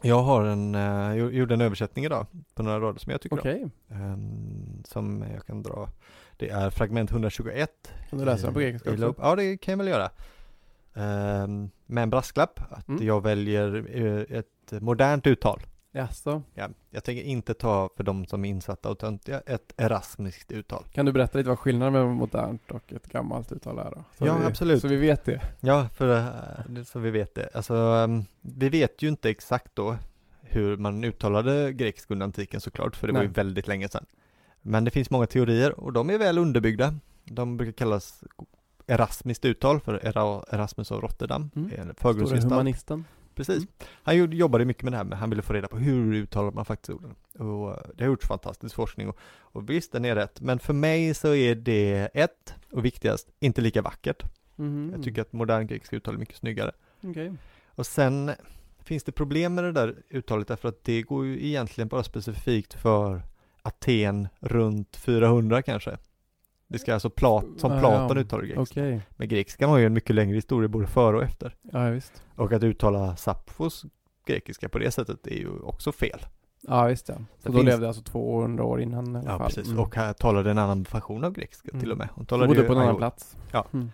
B: jag har en, eh, jag gjorde en översättning idag på några rader som jag tycker
A: Okej,
B: om. Ehm, Som jag kan dra. Det är fragment 121
A: kan du läsa den på grekiska
B: i
A: också?
B: loop. Ja, det kan jag väl göra. Ehm, med en brasklapp, att
A: Mm.
B: jag väljer eh, ett modernt uttal.
A: Jaså,
B: Ja, jag tänker inte ta, för de som är insatta och töntiga, ett erasmiskt uttal.
A: kan du berätta lite vad skillnaden mellan modernt och ett gammalt uttal är då? Så
B: Ja,
A: vi,
B: absolut.
A: Så vi vet det.
B: Ja, för eh, det- så vi vet det. Alltså, ehm, vi vet ju inte exakt då hur man uttalade grekisk under antiken såklart, för det var ju
A: Nej.
B: väldigt länge sedan. Men det finns många teorier och de är väl underbyggda. De brukar kallas erasmiskt uttal för Era- Erasmus av Rotterdam,
A: Mm.
B: en
A: Stora
B: förgrundsgestalt.
A: humanisten.
B: Precis.
A: Mm.
B: Han gjorde, jobbade mycket med det här, men han ville få reda på hur uttalar man faktiskt orden. Och eh, det har gjorts fantastisk forskning och, och visst, den är rätt. Men för mig så är det ett, och viktigast, inte lika vackert.
A: Mhm.
B: Jag tycker att modern grekiska uttal är mycket snyggare.
A: Okej.
B: Och sen finns det problem med det där uttalet därför att det går ju egentligen bara specifikt för Aten runt 400 kanske. Det ska alltså plat, som
A: Ja, ja.
B: Platon uttalar grekiska.
A: Okej,
B: Men grekiskan har ju en mycket längre historia både före och efter.
A: ja ja, visst.
B: Och att uttala Sapfos grekiska på det sättet är ju också fel.
A: Ja visst ja. Så
B: Sen
A: då
B: finns-
A: levde alltså 200 år innan i alla
B: Ja,
A: fall.
B: precis.
A: Mm.
B: Och här talade en annan version av grekiska
A: Mm.
B: till och med. Hon
A: Hon
B: talade
A: bodde
B: ju
A: på en annan
B: aiol-
A: plats.
B: Ja.
A: Mm.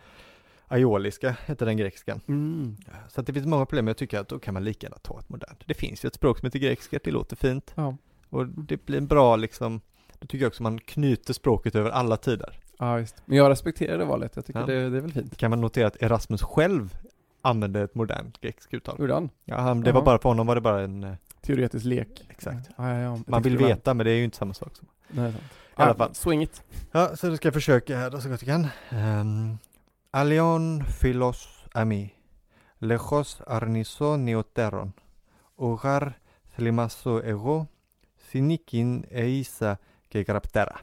B: aioliska, hette den grekiskan.
A: Mm.
B: Så att det finns många problem, jag tycker att då kan man lika gärna ta ett modernt. Det finns ju ett språk som heter grekiska, det låter fint.
A: Ja.
B: Och
A: Mm.
B: det blir en bra liksom, då tycker jag också man knyter språket över alla tider.
A: ja, visst. Men jag respekterar det valet, jag tycker
B: Ja.
A: det, det är väl fint.
B: Kan man notera att Erasmus själv använde ett modernt grekiskt uttal?
A: Gjorde han?
B: Ja, han, det var
A: Jaha.
B: bara för honom var det bara en, eh,
A: Teoretisk lek.
B: exakt.
A: Ja, ja, ja. Jag
B: Man
A: tänkte
B: vill
A: det var-
B: veta men det är ju inte samma sak. Som.
A: Nej, det är sant.
B: I alla fall.
A: Swing it.
B: Ja, så då ska jag försöka här då så gott jag kan. Um, Alion philos ami, lechos arniso neoteron, ogar thlimaso ego, sinikin eisa kegraptera.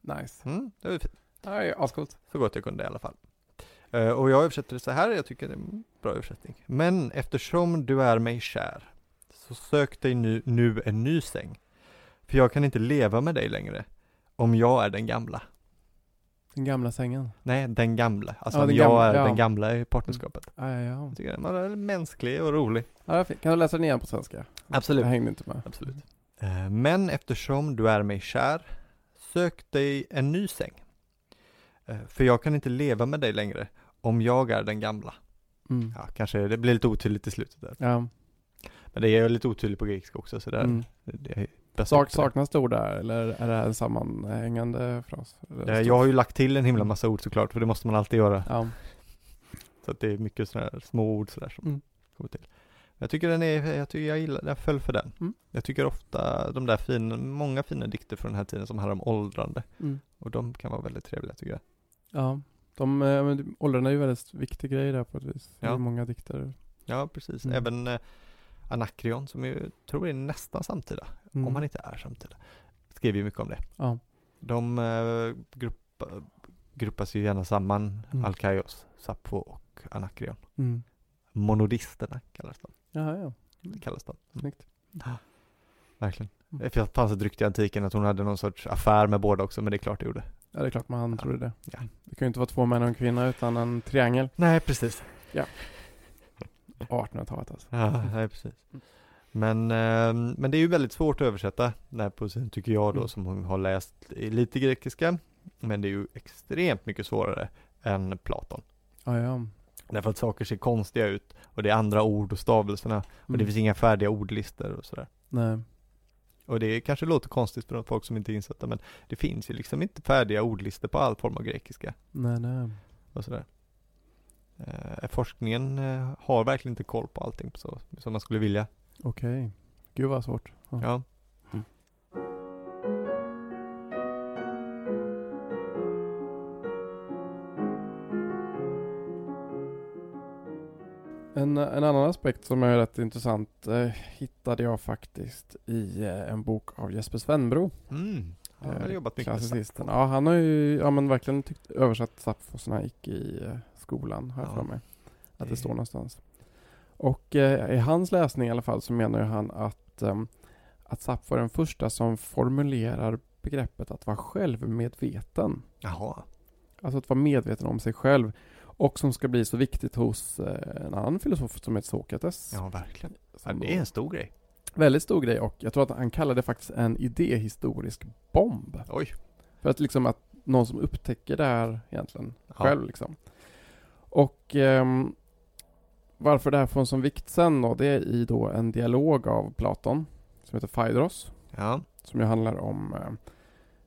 A: Nice.
B: Mm, det var fint.
A: Ja, det är ascoolt.
B: Så gott jag kunde i alla fall. Eh, och jag översätter det så här, jag tycker det är en bra översättning. Men eftersom du är mig kär, så sök dig nu, nu en ny säng. För jag kan inte leva med dig längre, om jag är den gamla.
A: Den gamla sängen.
B: Nej, den gamla. Alltså
A: Ja,
B: om
A: den
B: jag
A: gamla,
B: är
A: ja. Mm.
B: den gamla i partnerskapet.
A: Ja, ja, ja.
B: Jag tycker den var mänsklig och rolig.
A: ja det är fint. Kan du läsa den igen på svenska?
B: Absolut.
A: Jag hängde inte med.
B: Absolut. Eh, Men eftersom du är mig kär, sök dig en ny säng. Eh, För jag kan inte leva med dig längre om jag är den gamla.
A: Mm.
B: Ja, kanske det blir lite otydligt i slutet där.
A: Ja.
B: Men det är ju lite otydligt på grekiska också, så där,
A: Mm.
B: det bättre
A: Sak,
B: på det.
A: saknas det ord där eller är det här en sammanhängande fras?
B: Eh, Jag har ju lagt till en himla massa ord såklart, för det måste man alltid göra.
A: Ja.
B: Så att det är mycket sådana här små ord sådär som
A: Mm.
B: kommer till. Jag tycker den är, jag tycker jag gillar, jag föll för den.
A: Mm.
B: Jag tycker ofta de där fina, många fina dikter från den här tiden som handlar om åldrande.
A: Mm.
B: Och de kan vara väldigt trevliga tycker jag.
A: ja. De, eh, men åldern är ju en väldigt viktig grej där på ett vis. Det är
B: Ja.
A: många dikter.
B: Ja, precis.
A: Mm.
B: Även eh, Anakreon som jag tror är nästan samtida,
A: Mm.
B: om han inte är samtida, skriver ju mycket om det.
A: Ja.
B: De eh, grupp, gruppas ju gärna samman,
A: Mm.
B: Alkaios, Sappho och Anakreon.
A: Mm.
B: Monodisterna kallas de.
A: Jaha, ja.
B: Kallas de.
A: Snyggt.
B: Verkligen.
A: Mm.
B: Det fanns ett rykte i antiken att hon hade någon sorts affär med båda också, men det är klart det gjorde.
A: Ja, det är klart man
B: Ja.
A: trodde det.
B: Ja.
A: Det kan ju inte vara två män och en kvinna utan en triangel.
B: Nej, precis.
A: 1800-talet alltså.
B: Ja, nej, precis. Men, eh, men det är ju väldigt svårt att översätta den här poesin tycker jag då
A: Mm.
B: som hon har läst i lite grekiska. Men det är ju extremt mycket svårare än Platon.
A: Ja, ja. Mm.
B: Därför att saker ser konstiga ut och det är andra ord och stavelserna och
A: Mm.
B: det finns inga färdiga ordlistor och sådär.
A: Nej.
B: Och det kanske låter konstigt för de folk som inte är insatta men det finns ju liksom inte färdiga ordlistor på all form av grekiska.
A: Nej, nej.
B: och sådär. Eh, forskningen eh, har verkligen inte koll på allting på så, som man skulle vilja.
A: Okej. Gud vad svårt.
B: Ja.
A: Mm. En, eh, en annan aspekt som är rätt intressant eh, hittade jag faktiskt i eh, en bok av Jesper Svenbro.
B: Mm. Han har
A: Eh,
B: jobbat mycket med Sappho.
A: Klassicisten. Ja, han har ju ja, men verkligen tyckt, översatt Sappho sen han gick i eh, skolan, har jag
B: Ja.
A: för mig. Att det
B: Det-
A: står någonstans. Och eh, i hans läsning i alla fall så menar ju han att, ehm, att Sappho är den första som formulerar begreppet att vara självmedveten.
B: Jaha.
A: Alltså att vara medveten om sig själv. Och som ska bli så viktigt hos eh, en annan filosof som heter Sokrates.
B: Ja, verkligen. Ja,
A: Som
B: det är en stor grej.
A: Väldigt stor grej och jag tror att han kallade det faktiskt en idéhistorisk bomb.
B: Oj.
A: För att liksom att någon som upptäcker det här egentligen
B: Ja.
A: själv liksom. Och ehm, varför det här får en sån vikt sen då, det är i då en dialog av Platon som heter Phaedros.
B: Ja.
A: Som ju handlar om,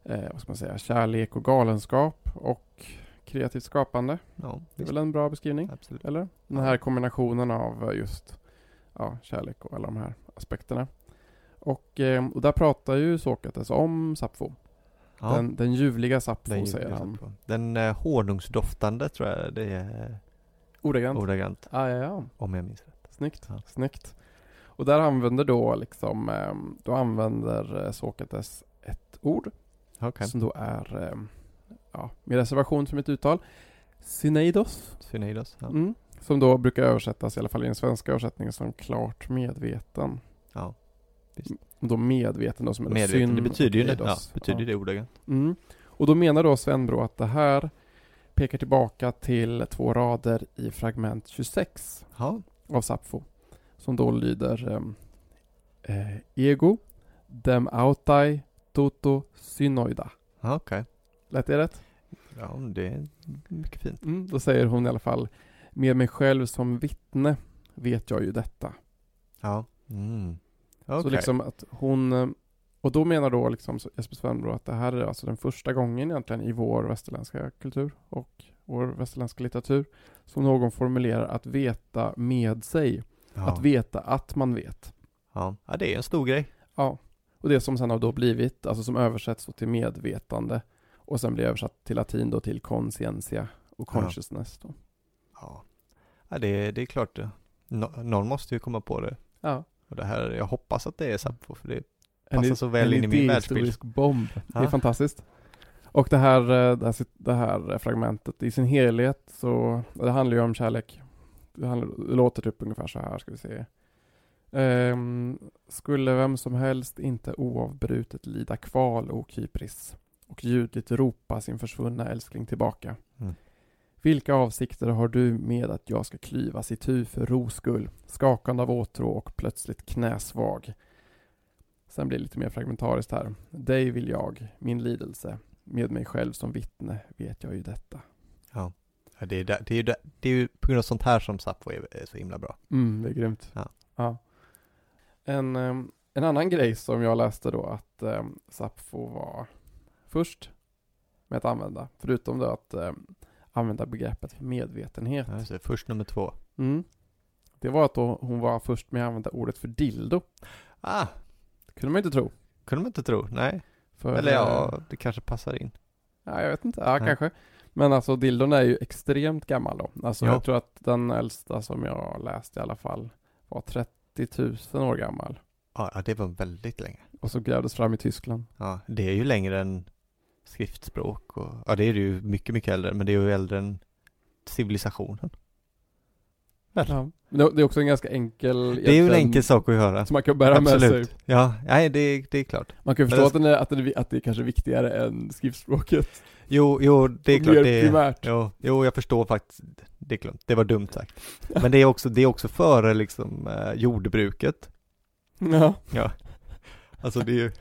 A: eh, eh, vad ska man säga, kärlek och galenskap och kreativt skapande.
B: ja
A: Det är
B: visst.
A: väl en bra beskrivning?
B: Absolut.
A: Eller? Den här kombinationen av eh, just ja, kärlek och alla de här aspekterna. Och, eh, och där pratar ju Sokrates om Sappho.
B: Ja.
A: Den, den ljuvliga Sappho
B: den,
A: säger han.
B: den eh, honungsdoftande tror jag det är eh,
A: Ordagrant.
B: ordagrant,
A: Ah, ja, ja.
B: om jag minns rätt.
A: Snyggt.
B: Ja.
A: Snyggt. Och där använder då liksom, ehm, då använder eh, Sokrates ett ord
B: Okej.
A: som då är, ehm, ja, med reservation för mitt uttal, syneidos.
B: Syneidos. Ja.
A: Mm. Som då brukar översättas, i alla fall i den svenska översättningen, som klart medveten.
B: Ja, visst.
A: Och då medveten då som är då
B: Medveten, det
A: syn-
B: betyder ju det. Ja,
A: eidos.
B: betyder det ordagrant.
A: Mm. Och då menar då Svenbro att det här pekar tillbaka till två rader i fragment 26
B: Ja.
A: av Sappho. Som då lyder ehm, eh, Ego, dem autai, toto, synoida.
B: Ja, Okej.
A: Lät det rätt?
B: Ja, det är mycket fint.
A: Mm. Då säger hon i alla fall Med mig själv som vittne vet jag ju detta.
B: Ja. Mm. Okej.
A: Så liksom att hon eh, och då menar då liksom så- Jesper Svenbro att det här är alltså den första gången egentligen i vår västerländska kultur och vår västerländska litteratur som någon formulerar att veta med sig.
B: ja.
A: Att veta att man vet.
B: Ja. ja, det är en stor grej.
A: Ja, och det som sen har då blivit, alltså som översätts då till medvetande och sen blir översatt till latin då till conscientia och
B: Ja.
A: consciousness då.
B: Ja, ja det, det är klart. det. Nå- någon måste ju komma på det.
A: Ja.
B: Och det här, jag hoppas att det är Sappho, för det
A: En,
B: passar
A: i-
B: så väl
A: en
B: in i min världsbild.
A: idéhistorisk bomb. Det är
B: Ja.
A: fantastiskt. Och det här, eh, det här, sit- det här fragmentet i sin helhet så, det handlar ju om kärlek. Det, handlar, det låter typ ungefär så här, ska vi se. Ehm, skulle vem som helst inte oavbrutet lida kval, o Kypris, och ljudligt ropa sin försvunna älskling tillbaka.
B: Mm.
A: Vilka avsikter har du med att jag ska klyvas i tu för ros skull, skakande av åtrå och plötsligt knäsvag? Sen blir det lite mer fragmentariskt här. Dig vill jag, min lidelse, med mig själv som vittne vet jag ju detta.
B: Ja, det, är där, det, är ju där, det är ju på grund av sånt här som Sappho är, är så himla bra.
A: Mm, det är grymt.
B: Ja.
A: En, ehm, en annan grej som jag läste då att eh, Sappho var först med att använda, förutom då att eh, använda begreppet medvetenhet.
B: Ja, just det. Först nummer två.
A: Mm. Det var att då hon var först med att använda ordet för dildo.
B: Ah,
A: Det kunde man ju inte tro.
B: kunde man inte tro. Nej.
A: För,
B: Eller
A: eh,
B: ja, det kanske passar in.
A: Ja, jag vet inte. Ja,
B: Nej.
A: kanske. Men alltså dildon är ju extremt gammal då. Alltså
B: Ja.
A: jag tror att den äldsta som jag läste i alla fall var 30 000 år gammal.
B: Ja, ja, det var väldigt länge.
A: Och så grävdes fram i Tyskland.
B: Ja, det är ju längre än skriftspråk och, ja det är det ju mycket, mycket äldre, men det är ju äldre än civilisationen.
A: Ja. Men det- det är också en ganska enkel...
B: Det är ju en
A: egentligen,
B: enkel sak att göra.
A: Som man kan bära med
B: Absolut.
A: sig.
B: Ja, nej det, det är klart.
A: Man kan ju
B: Men
A: förstå att, den
B: det-
A: är, att, den är, att det är kanske viktigare än skriftspråket.
B: Jo, jo, det är
A: Och
B: klart.
A: mer
B: Det är,
A: primärt.
B: jo, jo, jag förstår faktiskt. Det är klart, det var dumt sagt. Men det är också, det är också före liksom eh, jordbruket.
A: Ja,
B: Alltså det är ju,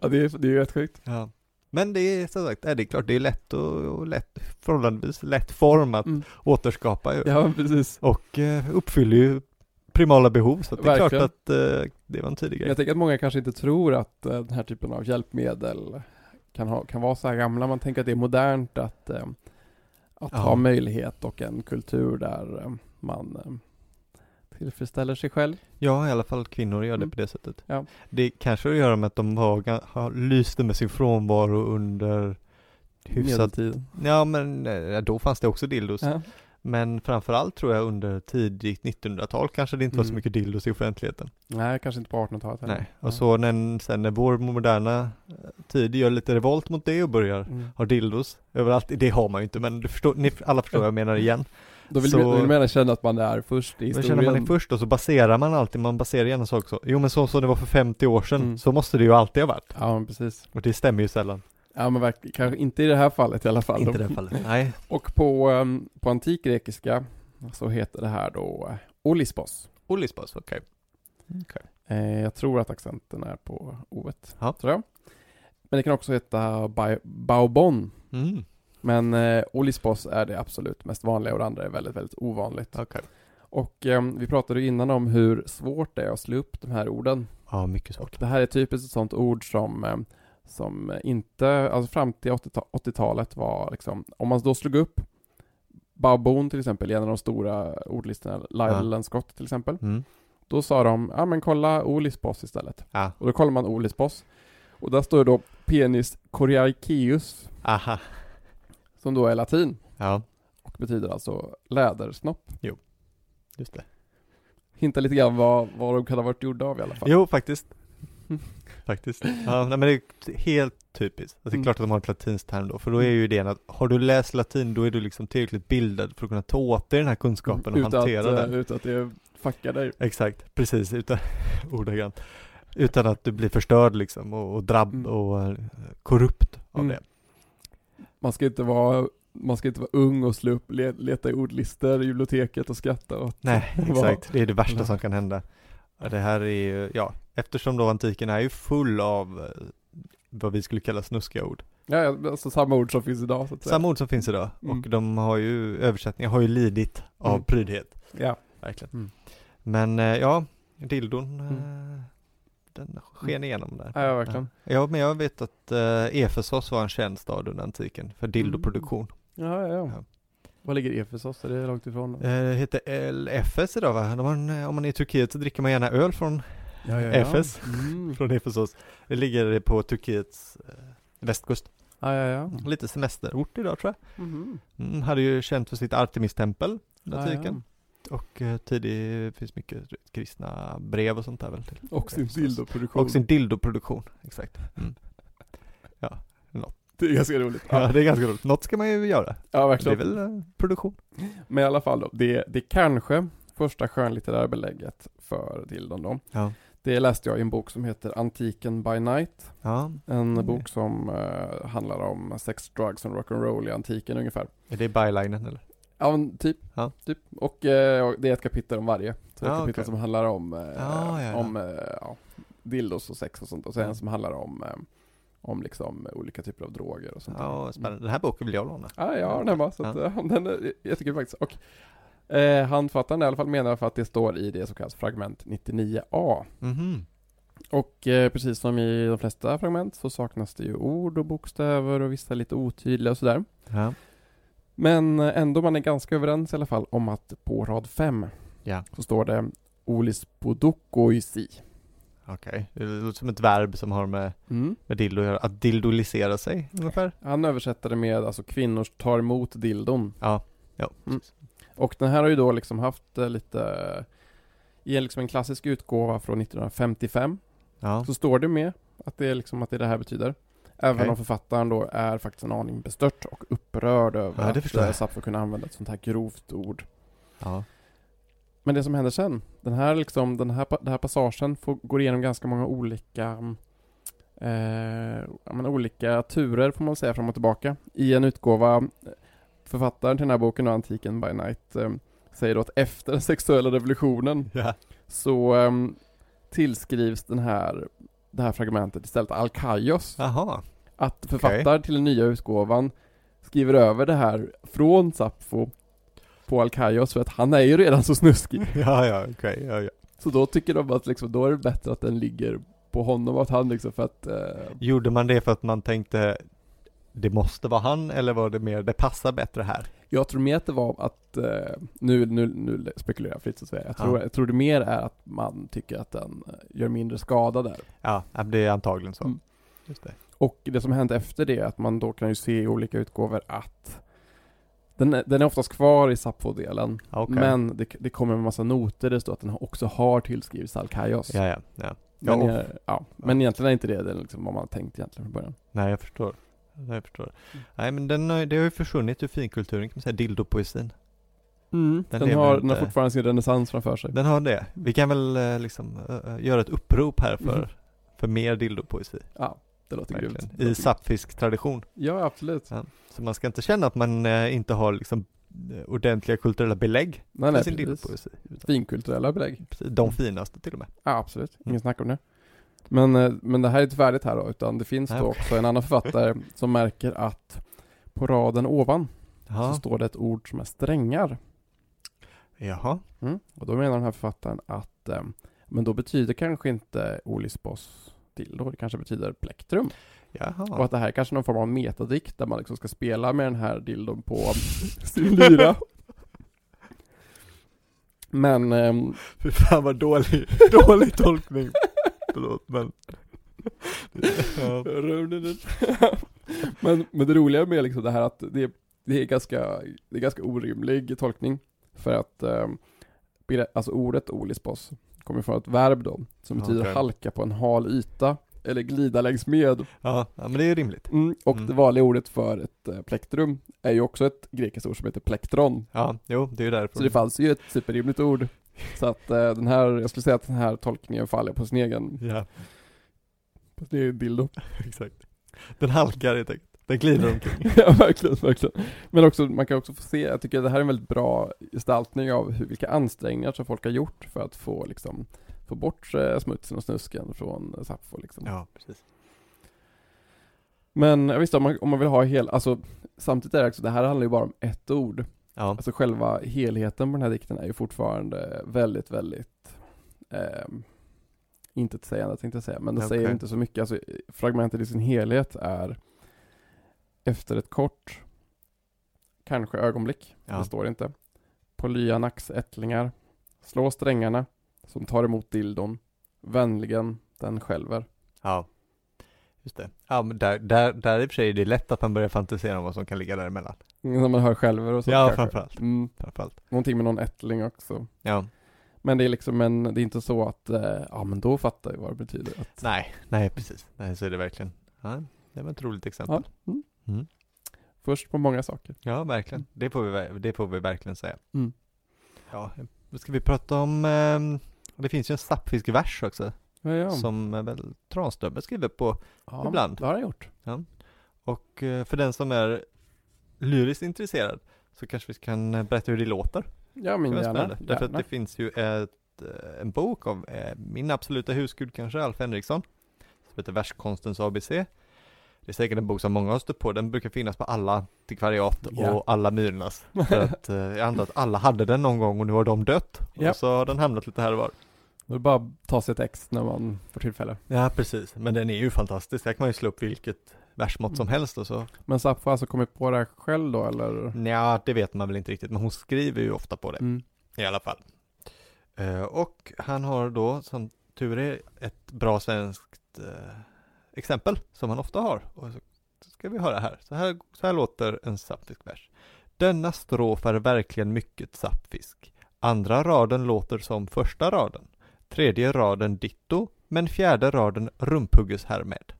A: ja det, är, det är ju rätt sjukt.
B: ja. Men det är som sagt, nej, det är klart, det är lätt och, och lätt, förhållandevis lätt form att
A: Mm.
B: återskapa ju.
A: Ja, men precis.
B: Och eh, uppfyller ju primala behov, så att det är klart
A: Verkligen.
B: att eh, det var en tidig
A: Men
B: grej.
A: Jag tänker att många kanske inte tror att eh, den här typen av hjälpmedel kan, ha, kan vara så här gamla. Man tänker att det är modernt att, eh, att
B: Ja.
A: ha möjlighet och en kultur där eh, man eh, tillfredsställer sig själv.
B: Ja, i alla fall kvinnor gör det
A: Mm.
B: på det sättet.
A: Ja.
B: Det kanske har att göra med att de var, ga- har lyste med sin frånvaro under hyfsat...
A: Medeltiden.
B: Ja, men eh, då fanns det också dildos.
A: Ja.
B: Men framförallt tror jag under tidigt 1900-tal kanske det inte var så
A: Mm.
B: mycket dildos i offentligheten.
A: Nej, kanske inte på 1800-talet. heller.
B: Nej. Och så när, sen när vår moderna eh, tid gör lite revolt mot det och börjar
A: Mm.
B: ha dildos överallt, det har man ju inte men du förstår, ni alla förstår vad jag menar igen.
A: Då vill
B: Så-
A: man vill man gärna känna att man är först i
B: Men
A: historien.
B: känner man det först och så baserar man alltid, man baserar gärna saker så, jo men så som det var för 50 år sedan,
A: Mm.
B: så måste det ju alltid ha varit.
A: Ja, men precis.
B: Och det stämmer ju sällan.
A: Ja, men verkligen. Kanske inte i det här fallet i alla fall.
B: det fallet. Nej.
A: Och på, um, på antikgrekiska så heter det här då eh, olispos.
B: Olispas, okej.
A: Eh, jag tror att accenten är på o
B: Ja.
A: tror jag. Men det kan också heta bai- baobon.
B: Mm,
A: Men eh, olispos är det absolut mest vanliga och det andra är väldigt, väldigt ovanligt.
B: okej.
A: Och eh, vi pratade ju innan om hur svårt det är att slå upp de här orden.
B: Ja, mycket svårt.
A: Det här är typiskt ett sånt ord som, eh, som inte, alltså fram till 80-ta- 80-talet var liksom, om man då slog upp Baubon till exempel, i en av de stora ordlistorna, Lyle Scott till exempel.
B: Mm.
A: Då sa de, ja men kolla Olisbos istället.
B: Ja.
A: Och då kollar man Olisbos. Och där står det då penis coriaceus,
B: Aha.
A: som då är latin
B: Ja,
A: och betyder alltså lädersnopp.
B: just det.
A: Hintar lite grann vad, vad de kan ha varit gjorda av i alla fall.
B: Jo, faktiskt.
A: Mm.
B: faktiskt. Ja, nej, men det är helt typiskt. Alltså, det är
A: Mm.
B: klart att de har ett latinskt term då, för då är ju idén att har du läst latin, då är du liksom tillräckligt bildad för att kunna ta åt dig den här kunskapen och
A: utan, att,
B: hantera den.
A: eh, utan att det fuckar dig.
B: Exakt, precis, utan, ordagrant. Utan att du blir förstörd liksom och, och drabb
A: Mm.
B: och eh, korrupt av
A: Mm.
B: det.
A: Man ska inte vara man ska inte vara ung och slå upp, le- leta i ordlistor i biblioteket och skratta åt.
B: Nej,
A: Vad-
B: exakt. Det är det värsta
A: Nej.
B: som kan hända. Ja, Det här är ju, ja, eftersom då antiken är ju full av eh, vad vi skulle kalla snuskiga ord.
A: Ja, ja, alltså samma ord som finns idag så att säga.
B: Samma ord som finns idag
A: Mm.
B: och de har ju, översättningar har ju lidit av
A: Mm.
B: prydhet.
A: ja.
B: Verkligen.
A: Mm.
B: Men eh, ja, dildon, eh, den sken igenom där.
A: ja, ja, verkligen.
B: Ja, men jag vet att eh, Efesos var en känd stad under antiken för dildoproduktion.
A: Ja, ja, ja.
B: Ja.
A: Var ligger Efesos? Är det långt ifrån?
B: Eh, Det hette LFS idag va? De har en, eh, om man är i Turkiet så dricker man gärna öl från,
A: Ja, ja,
B: Efes.
A: Mm.
B: från Efesos. Det ligger på Turkiets eh, västkust.
A: Ja, ja, ja.
B: Lite semesterort idag tror
A: Mhm.
B: jag. Mm, hade ju känt för sitt Artemis-tempel, antiken.
A: Ja,
B: Och eh, tidigt finns mycket kristna brev och sånt där väl till.
A: ja. Och sin
B: Efesos.
A: dildoproduktion.
B: Och sin dildoproduktion, exakt. Mm.
A: Det är ganska roligt.
B: Ja,
A: Ja,
B: det är ganska roligt. Något ska man ju göra.
A: ja
B: Det är
A: verkligen.
B: väl eh, produktion.
A: Men i alla fall då, det, det kanske första skönlitterära belägget för dildon då.
B: Ja.
A: Det läste jag i en bok som heter Antiken by Night.
B: ja.
A: En
B: Okej.
A: bok som eh, handlar om sex, drugs and rock'n'roll i antiken ungefär.
B: Är det bylinen eller?
A: Ja, men typ.
B: Ja.
A: typ. Och eh, det är ett kapitel om varje. Så ett
B: Ah,
A: kapitel
B: okej. Ah,
A: som handlar om, eh,
B: ja, ja.
A: om eh, ja, dildos och sex och sånt. Och sen
B: Ja.
A: som handlar om, eh, om liksom olika typer av droger och sånt.
B: Ja, spännande. Den här boken vill jag låna.
A: Ja, jag har den hemma. Så att, ja. den är jättekul faktiskt. Och eh, han författaren i alla fall menar för att det står i det som kallas fragment 99a.
B: Mhm.
A: Och eh, precis som i de flesta fragment så saknas det ju ord och bokstäver och vissa lite otydliga och sådär.
B: Ja.
A: Men eh, ändå, man är ganska överens i alla fall om att på rad 5
B: Ja.
A: så står det Olis podokoisi.
B: Okej, det låter som ett verb som har med,
A: Mm.
B: med dildo att göra. Att dildolisera sig ungefär.
A: Han översätter det med alltså kvinnor tar emot dildon.
B: Ja, ja.
A: Mm. Och den här har ju då liksom haft eh, lite i en- liksom en klassisk utgåva från 1955
B: ja.
A: så står det med att det är liksom att det, är det här betyder. Även
B: Okej.
A: om författaren då är faktiskt en aning bestört och upprörd över
B: Ja, det
A: att
B: förstår
A: eh,
B: jag.
A: Sappho kunde använda ett sånt här grovt ord.
B: ja.
A: Men det som händer sen, den här, liksom, den här, pa- den här passagen får, går igenom ganska många olika mm, eh, ja, men olika turer får man säga fram och tillbaka. I en utgåva, eh, författaren till den här boken, då, Antiken by Night, eh, säger då att efter den sexuella revolutionen
B: ja.
A: så eh, tillskrivs den här, det här fragmentet istället Alkaios.
B: Jaha.
A: Att författaren till den nya utgåvan skriver över det här från Sappho på Alkaios för att han är ju redan så snuskig.
B: Ja, ja, okej. Ja, ja.
A: Så då tycker de att liksom, då är det bättre att den ligger på honom och att han liksom för att eh,
B: Gjorde man det för att man tänkte det måste vara han eller var det mer det passar bättre här?
A: Jag tror mer att det var att, eh, nu, nu, nu spekulerar jag fritt så att säga. Jag
B: Ja.
A: tror, jag tror det mer är att man tycker att den eh, gör mindre skada där.
B: Ja, ja, det är antagligen så.
A: Mm.
B: Just det.
A: Och det som hänt efter det är att man då kan ju se i olika utgåvor att den är, den är oftast kvar i Sappho-delen.
B: Ja, okej.
A: Men det, det kommer en massa noter där det står att den också har tillskrivits Alkaios.
B: Ja, ja, ja.
A: Men,
B: Ja, och-
A: eh, ja, men egentligen är inte det, det är liksom vad man har tänkt egentligen från början.
B: Nej, jag förstår. Nej, jag förstår.
A: Mm.
B: Nej, men den har, ju- det har ju försvunnit ur finkulturen kan man säga, dildopoesin.
A: Den,
B: Mm. lever
A: har, den
B: inte.
A: har fortfarande sin renässans framför sig.
B: Den har det. Vi kan väl eh, liksom eh, göra ett upprop här för,
A: Mhm.
B: för mer dildopoesi.
A: Ja, det låter grymt.
B: Verkligen. I sapfisk tradition.
A: Ja, absolut.
B: Så man ska inte känna att man eh, inte har liksom eh, ordentliga kulturella belägg
A: Nej,
B: för
A: nej,
B: sin
A: precis. Mm.
B: dildopoesi. Utan-
A: Finkulturella belägg.
B: precis, De finaste till och med.
A: Ja, absolut. Ingen
B: Mm.
A: snack om det. Men, eh, men det här är inte färdigt här då, utan det finns
B: Nej,
A: då
B: okej.
A: också en annan författare som märker att på raden ovan så
B: Ja.
A: står det ett ord som är strängar.
B: Jaha.
A: Och då menar den här författaren att eh, men då betyder kanske inte Olisbos dildo, det kanske betyder plektrum. Och
B: Jaha.
A: att det här är kanske någon form av metadikt där man liksom ska spela med den här dildon på sin lyra. Men ehm,
B: Fy fan vad dålig, dålig tolkning. Förlåt men. Ja.
A: men, men det roliga med liksom det här att det, det, är ganska, det är ganska orimlig tolkning. För att ehm, begre- alltså ordet olispos kommer från ett verb då, som betyder
B: Okej.
A: halka på en hal yta eller glida längs med.
B: Ja, ja, men det är ju rimligt.
A: Mm, och
B: Mm.
A: det vanliga ordet för ett eh, plektrum är ju också ett grekiskt ord som heter plektron.
B: Ja, jo, det är ju därför.
A: Så det fanns ju ett superrimligt ord. Så att eh, den här, jag skulle säga att den här tolkningen faller på sin egen,
B: Ja,
A: på sin egen dildo.
B: exakt. Den halkar helt enkelt. Den glider omkring.
A: ja, verkligen, verkligen. Men också, man kan också få se, jag tycker det här är en väldigt bra gestaltning av hur, vilka ansträngningar som folk har gjort för att få liksom, få bort eh, smutsen och snusken från eh, Sappho liksom.
B: Ja, precis.
A: Men ja, visst, om man, om man vill ha hel, alltså samtidigt är det också, det här handlar ju bara om ett ord.
B: Ja,
A: Alltså själva helheten på den här dikten är ju fortfarande väldigt, väldigt ehm, intetsägande tänkte jag säga, men det
B: Okej.
A: säger inte så mycket. Alltså, fragmentet i sin helhet är efter ett kort, kanske ögonblick,
B: Ja.
A: det står inte, på Lyanax ättlingar, slå strängarna som tar emot dildon, vänligen den skälver.
B: ja. Just det. Ja, men där, där, där i och för sig är det lätt att man börjar fantisera om vad som kan ligga däremellan.
A: När man hör skälver och så
B: Ja,
A: kanske.
B: framförallt.
A: Mm,
B: Framförallt.
A: någonting med någon ättling också.
B: Ja.
A: Men det är liksom en, det är inte så att, eh, ja men då fattar jag vad det betyder. Att,
B: Nej, nej precis. Nej, så är det verkligen. Ja, det var ett roligt exempel.
A: ja, mm.
B: Mm.
A: Först på många saker.
B: Ja, verkligen. Det får vi, ver- det får vi verkligen säga.
A: Mm.
B: Ja, då ska vi prata om, ehm, det finns ju en stappfiskvers också,
A: Ja, ja.
B: som eh, väl Tranströmer skriver på.
A: ja,
B: ibland.
A: Det har jag gjort.
B: Och eh, för den som är lyriskt intresserad så kanske vi kan eh, berätta hur det låter.
A: Ja men
B: Det var spännande.
A: gärna.
B: Därför att
A: gärna.
B: det finns ju ett, eh, en bok av eh, min absoluta husgud kanske, Alf Henriksson, som heter Verskonstens ABC. Det är säkert en bok som många har stött på, den brukar finnas på alla antikvariat
A: Ja.
B: och alla Myrornas. För att eh, jag antar att alla hade den någon gång och nu har de dött.
A: Ja.
B: Och så har den hamnat lite här och var.
A: Då är det bara att ta sig ett ex när man får tillfälle.
B: Ja, precis. Men den är ju fantastisk. Där kan man ju slå upp vilket versmått som helst och så.
A: Men Sapfo har alltså kommit på det här själv då eller?
B: Nja, det vet man väl inte riktigt, men hon skriver ju ofta på det
A: Mm.
B: i alla fall. Eh, och han har då, som tur är, ett bra svenskt eh, exempel som han ofta har. Och så så ska vi höra här. Så här, så här låter en sapfisk vers. Denna strof är verkligen mycket sapfisk. Andra raden låter som första raden. Tredje raden ditto, men fjärde raden rumphugges härmed.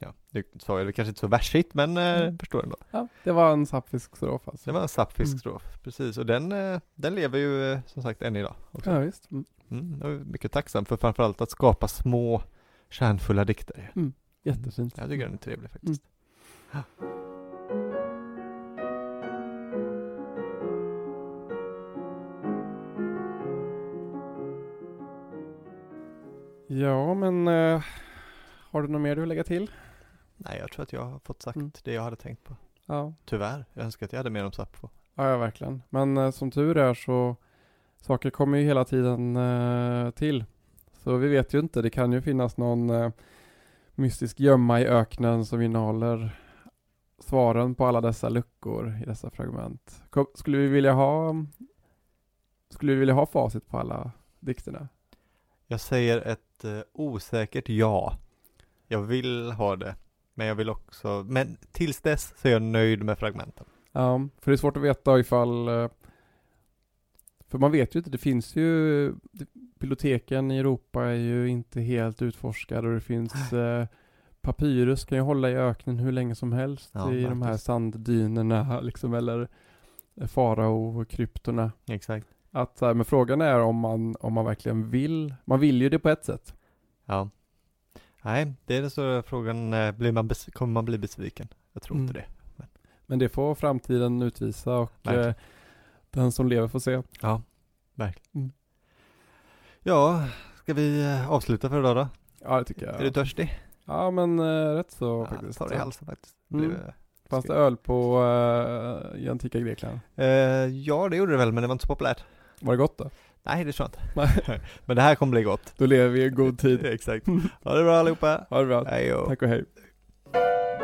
B: Ja, nu sa jag det kanske inte så versigt, men eh,
A: Mm.
B: förstår ändå.
A: Ja, det var en sapfisk strof alltså.
B: Det var en sapfisk
A: Mm.
B: strof, precis. Och den, eh, den lever ju eh, som sagt än idag. Också.
A: Ja, visst. Mm.
B: Mm, jag är mycket tacksam för framförallt att skapa små kärnfulla dikter. ju.
A: Jättefint.
B: Jag tycker den är
A: Mm.
B: trevlig faktiskt.
A: Ja, men eh, har du något mer du vill lägga till?
B: Nej, jag tror att jag har fått sagt
A: Mm.
B: det jag hade tänkt på.
A: Ja,
B: Tyvärr, jag önskar att jag hade mer om Sappho.
A: ja, ja verkligen. Men eh, som tur är så saker kommer ju hela tiden eh, till. Så vi vet ju inte. Det kan ju finnas någon eh, mystisk gömma i öknen som innehåller svaren på alla dessa luckor i dessa fragment. Kom, skulle vi vilja ha skulle vi vilja ha facit på alla dikterna?
B: Jag säger ett eh, osäkert ja. Jag vill ha det, men jag vill också, men tills dess så är jag nöjd med fragmenten.
A: Ja, för det är svårt att veta ifall... eh, För man vet ju inte, det finns ju... det- Biblioteken i Europa är ju inte helt utforskade och det finns... Eh, papyrus kan ju hålla i öknen hur länge som helst
B: Ja,
A: i de här
B: faktiskt.
A: sanddynerna liksom, eller eh, farao-kryptorna.
B: Exakt.
A: Att, så här, men frågan är om man, om man verkligen vill. Man vill ju det på ett sätt.
B: Ja. Nej, det är den stora frågan, eh, blir man bes- kommer man bli besviken? Jag tror inte
A: Mm.
B: det.
A: Men det får framtiden utvisa och
B: Verkligen.
A: eh, den som lever får se.
B: Ja, verkligen.
A: Mm.
B: Ja, ska vi eh, avsluta för idag då?
A: Ja, det tycker jag.
B: Är du törstig?
A: Ja, men eh, rätt så faktiskt.
B: tar i halsen faktiskt.
A: Mm.
B: Blev, eh,
A: Fanns det
B: skri-
A: öl på uh, i antika Grekland?
B: Eh, ja, det gjorde det väl, men det var inte så populärt.
A: Var det gott då?
B: Nej, det tror jag
A: Nej.
B: inte. men det här kommer bli gott.
A: Då lever vi i god tid.
B: Exakt. Ha det bra allihopa.
A: Ha det bra.
B: Hej då.
A: Tack och hej.